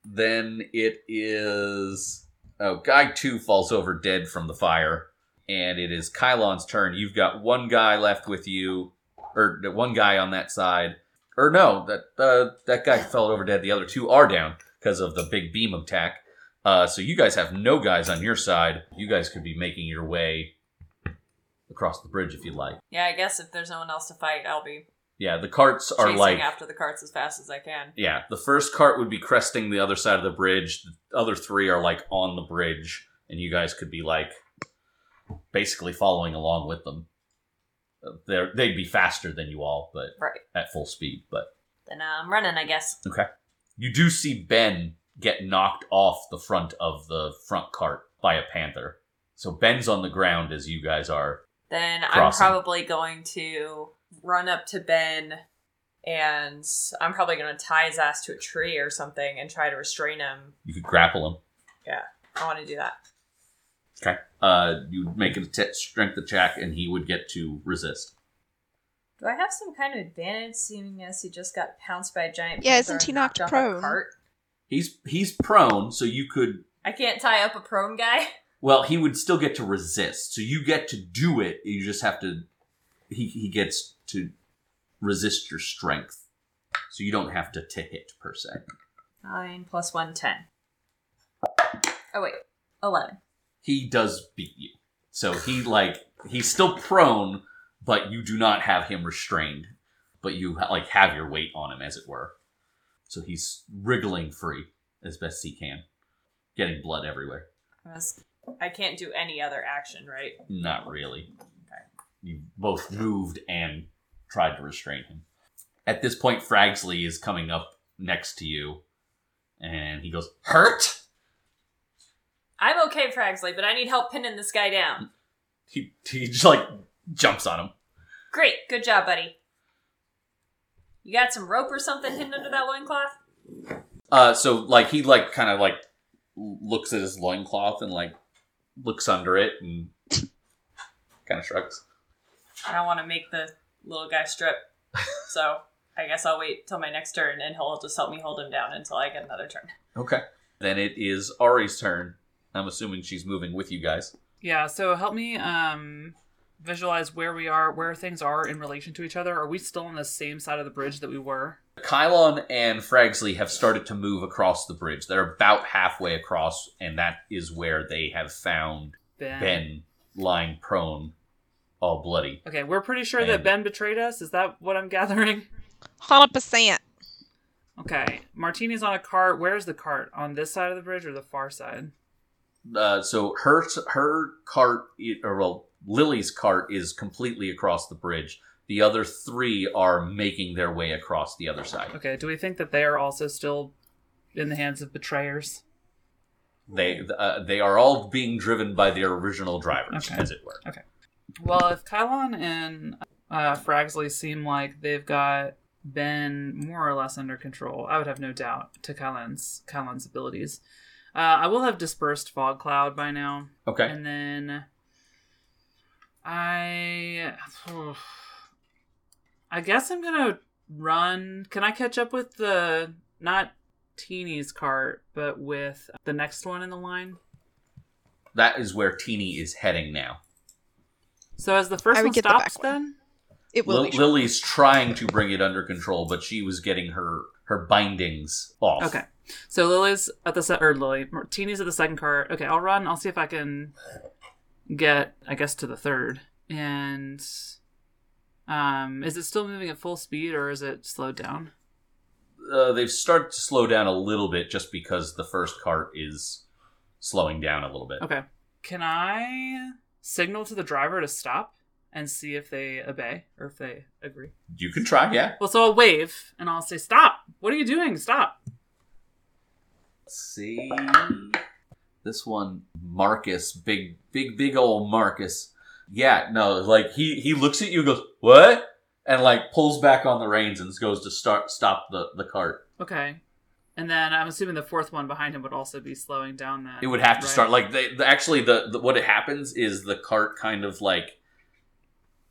[SPEAKER 1] then it is oh guy two falls over dead from the fire, and it is Kylon's turn. You've got one guy left with you, or one guy on that side, or no that uh, that guy fell over dead. The other two are down because of the big beam attack. Uh, so you guys have no guys on your side. You guys could be making your way across the bridge if you'd like.
[SPEAKER 3] Yeah, I guess if there's no one else to fight, I'll be
[SPEAKER 1] Yeah, the carts are
[SPEAKER 3] chasing
[SPEAKER 1] like
[SPEAKER 3] after the carts as fast as I can.
[SPEAKER 1] Yeah, the first cart would be cresting the other side of the bridge. The other three are like on the bridge, and you guys could be like basically following along with them. Uh, They're, they'd be faster than you all, but
[SPEAKER 3] Right.
[SPEAKER 1] at full speed. But
[SPEAKER 3] Then uh, I'm running, I guess.
[SPEAKER 1] you do see Ben get knocked off the front of the front cart by a panther.
[SPEAKER 7] So Ben's on the ground as you guys are.
[SPEAKER 3] Then
[SPEAKER 7] Crossing.
[SPEAKER 3] I'm probably going to run up to Ben and I'm probably going to tie his ass to a tree or something and try to restrain him.
[SPEAKER 7] You could grapple him.
[SPEAKER 3] I want to do that.
[SPEAKER 1] Uh, you would make a t- strength attack, and he would get to resist.
[SPEAKER 3] Do I have some kind of advantage seeing as he just got pounced by a giant
[SPEAKER 2] Yeah,
[SPEAKER 3] panther
[SPEAKER 2] isn't he
[SPEAKER 3] and
[SPEAKER 2] knocked
[SPEAKER 3] knocked off a
[SPEAKER 2] prone?
[SPEAKER 3] cart?
[SPEAKER 1] He's he's prone, so you could.
[SPEAKER 3] I can't tie up a prone guy.
[SPEAKER 1] Well, he would still get to resist, so you get to do it. You just have to. He he gets to resist your strength, so you don't have to to hit per se.
[SPEAKER 3] 9 plus 1, 10. Oh, wait. 11.
[SPEAKER 1] He does beat you, so he like he's still prone, but you do not have him restrained. But you like have your weight on him, as it were. So he's wriggling free as best he can, getting blood everywhere.
[SPEAKER 3] I must- I can't do any other action, right?
[SPEAKER 1] Not really. You both moved and tried to restrain him. At this point, Fragsley is coming up next to you, and he goes, Hurt?
[SPEAKER 3] I'm okay, Fragsley, but I need help pinning this guy down.
[SPEAKER 1] He, he just like jumps on him.
[SPEAKER 3] Great. Good job, buddy. You got some rope or something hidden under that loincloth?
[SPEAKER 1] Uh, so, like, he, like, kind of, like, looks at his loincloth and, like, looks under it and kind of shrugs.
[SPEAKER 3] I don't want to make the little guy strip, so I guess I'll wait till my next turn, and he'll just help me hold him down until I get another turn.
[SPEAKER 1] Okay. Then it is Ari's turn. I'm assuming she's moving with you guys.
[SPEAKER 5] Yeah, so help me um visualize where we are, where things are in relation to each other. Are we still on the same side of the bridge that we were?
[SPEAKER 1] Kylon and Fragsley have started to move across the bridge. They're about halfway across, and that is where they have found
[SPEAKER 5] Ben.
[SPEAKER 1] Ben lying prone, all bloody.
[SPEAKER 5] Okay, we're pretty sure
[SPEAKER 1] Ben.
[SPEAKER 5] that Ben betrayed us. Is that what I'm gathering?
[SPEAKER 2] Hundred percent.
[SPEAKER 5] Okay. Martini's on a cart. Where's the cart? On this side of the bridge or the far side?
[SPEAKER 1] Uh, so her her cart, i- or well, Lily's cart is completely across the bridge. The other three are making their way across the other side.
[SPEAKER 5] Okay, do we think that they are also still in the hands of betrayers?
[SPEAKER 1] They uh, they are all being driven by their original drivers,
[SPEAKER 5] Okay.
[SPEAKER 1] as it were.
[SPEAKER 5] Well, if Kylon and uh, Fragsley seem like they've got Ben more or less under control, I would have no doubt to Kylon's, Kylon's abilities. Uh, I will have dispersed Fog Cloud by now.
[SPEAKER 1] Okay.
[SPEAKER 5] And then I I guess I'm gonna run. Can I catch up with the not Teeny's cart, but with the next one in the line?
[SPEAKER 1] That is where Teeny is heading now.
[SPEAKER 5] So as the first
[SPEAKER 2] I would
[SPEAKER 5] one
[SPEAKER 2] get the back one.
[SPEAKER 5] stops then?
[SPEAKER 2] It will
[SPEAKER 1] Lil
[SPEAKER 2] be.
[SPEAKER 1] Lily's trying to bring it under control, but she was getting her her bindings off.
[SPEAKER 5] Okay. So Lily's at the se- or Lily, Martini's at the second cart. Okay, I'll run. I'll see if I can get, I guess, to the third. And um, is it still moving at full speed or is it slowed down?
[SPEAKER 1] Uh, they've started to slow down a little bit just because the first cart is slowing down a little bit.
[SPEAKER 5] Okay. Can I signal to the driver to stop and see if they obey or if they agree?
[SPEAKER 1] You can try, yeah.
[SPEAKER 5] Well, so I'll wave and I'll say, "Stop! What are you doing? Stop!"
[SPEAKER 1] Let's see. This one, Marcus, big, big, big old Marcus. Yeah, no, like he he looks at you, goes what, and like pulls back on the reins and goes to start stop the the cart.
[SPEAKER 5] Okay. And then I'm assuming the fourth one behind him would also be slowing down. That
[SPEAKER 1] It would have to
[SPEAKER 5] right?
[SPEAKER 1] start like they the, actually the, the what it happens is the cart kind of like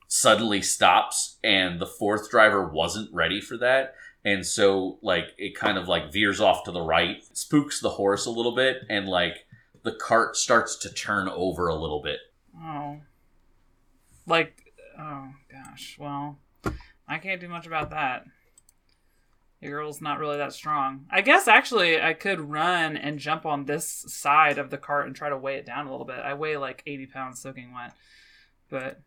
[SPEAKER 1] suddenly stops and the fourth driver wasn't ready for that and so like it kind of like veers off to the right spooks the horse a little bit and like the cart starts to turn over a little bit
[SPEAKER 5] Oh. Like, oh gosh. Well, I can't do much about that. Your girl's not really that strong. I guess actually I could run and jump on this side of the cart and try to weigh it down a little bit. I weigh like 80 pounds soaking wet. But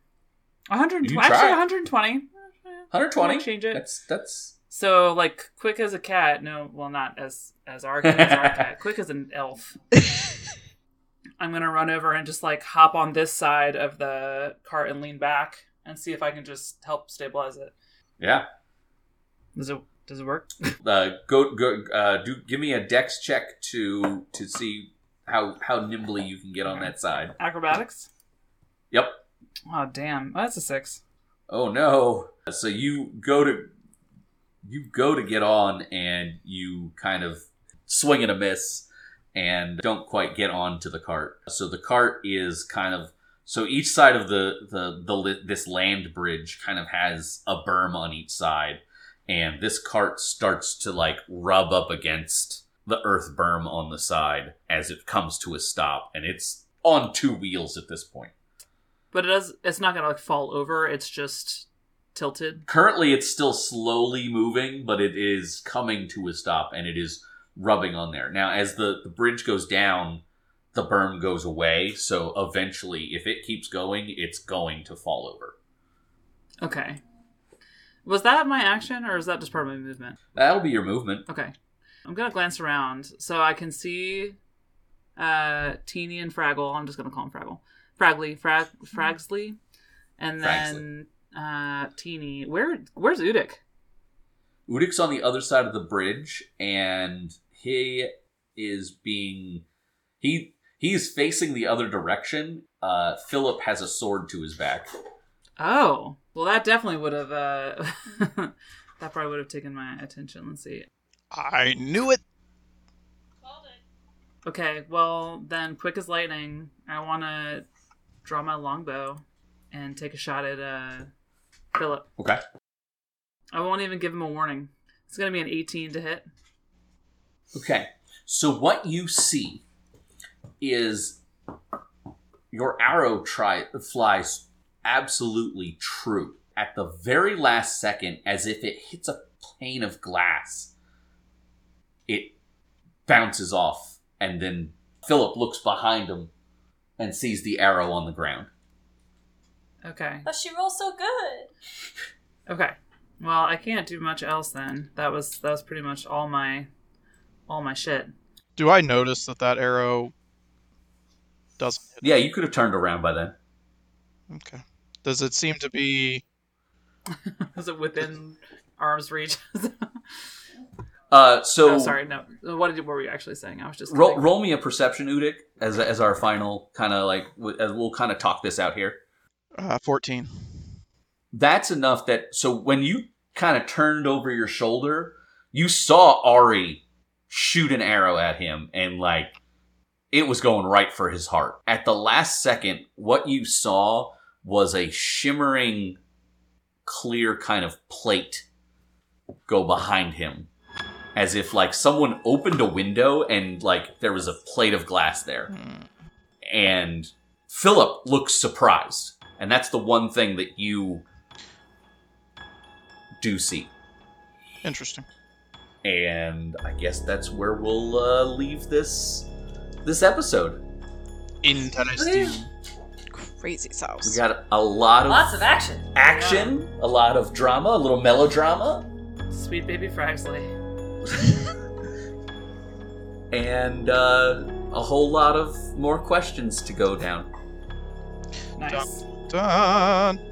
[SPEAKER 5] 120
[SPEAKER 1] You
[SPEAKER 5] actually
[SPEAKER 1] tried.
[SPEAKER 5] 120.
[SPEAKER 1] 120
[SPEAKER 5] Change it.
[SPEAKER 1] that's that's
[SPEAKER 5] So like quick as a cat. No, well not as as our cat, as our cat. Quick as an elf. I'm gonna run over and just like hop on this side of the cart and lean back and see if I can just help stabilize it.
[SPEAKER 1] yeah
[SPEAKER 5] Does it does it work?
[SPEAKER 1] uh go go uh do give me a dex check to to see how how nimbly you can get on that side.
[SPEAKER 5] Acrobatics?
[SPEAKER 1] Yep.
[SPEAKER 5] Oh, damn. Oh, that's a six.
[SPEAKER 1] Oh no. So you go to you go to get on and you kind of swing and a miss and don't quite get on to the cart. So the cart is kind of so each side of the the, the li- this land bridge kind of has a berm on each side and this cart starts to like rub up against the earth berm on the side as it comes to a stop and it's on two wheels at this point.
[SPEAKER 5] But it does. It's not gonna like fall over. It's just tilted.
[SPEAKER 1] Currently, it's still slowly moving, but it is coming to a stop and it is rubbing on there. Now, as the, the bridge goes down, the berm goes away. So eventually, if it keeps going, it's going to fall over.
[SPEAKER 5] Okay. Was that my action, or is that just part of my movement?
[SPEAKER 1] That'll be your movement.
[SPEAKER 5] Okay. I'm gonna glance around so I can see uh Teeny and Fraggle. I'm just gonna call him Fraggle. Fraggly, Frag Fragsley. And then uh Teeny. Where where's Udic?
[SPEAKER 1] Udik's on the other side of the bridge and he is being. He. He is facing the other direction. Uh, Philip has a sword to his back.
[SPEAKER 5] Oh. Well that definitely would have uh that probably would have taken my attention. Let's see.
[SPEAKER 4] I knew it.
[SPEAKER 5] Okay, well then quick as lightning, I wanna draw my longbow and take a shot at uh Philip.
[SPEAKER 1] Okay.
[SPEAKER 5] I won't even give him a warning. It's gonna be an eighteen to hit.
[SPEAKER 1] Okay. So what you see is your arrow try flies absolutely true at the very last second as if it hits a pane of glass. It bounces off and then Philip looks behind him and sees the arrow on the ground.
[SPEAKER 5] Okay.
[SPEAKER 3] But she rolls so good.
[SPEAKER 5] Okay. Well, I can't do much else then. That was that was pretty much all my all my shit.
[SPEAKER 4] Do I notice that that arrow doesn't hit?
[SPEAKER 1] Yeah, you could have turned around by then.
[SPEAKER 4] Okay. Does it seem to be?
[SPEAKER 5] Was it within arm's reach?
[SPEAKER 1] Uh, so
[SPEAKER 5] oh, sorry, no. What did, were we actually saying? I was just
[SPEAKER 1] Roll,
[SPEAKER 5] kidding.
[SPEAKER 1] roll me a perception, Udik, as as our final kind of like w- as we'll kind of talk this out here.
[SPEAKER 4] Uh, Fourteen.
[SPEAKER 1] that's enough that so when you kind of turned over your shoulder, you saw Ari shoot an arrow at him and like it was going right for his heart. At the last second, what you saw was a shimmering clear kind of plate go behind him as if like someone opened a window and like there was a plate of glass there
[SPEAKER 2] Hmm,
[SPEAKER 1] and Philip looks surprised. And that's the one thing that you do see.
[SPEAKER 4] Interesting.
[SPEAKER 1] And I guess that's where we'll uh, leave this this episode.
[SPEAKER 4] Interesting.
[SPEAKER 2] Crazy
[SPEAKER 1] We
[SPEAKER 2] sauce.
[SPEAKER 1] got a lot of
[SPEAKER 3] Lots of action.
[SPEAKER 1] action, a lot of drama, a little melodrama,
[SPEAKER 5] Sweet baby Fragsley.
[SPEAKER 1] and uh, a whole lot of more questions to go down.
[SPEAKER 5] Nice.
[SPEAKER 4] Dun.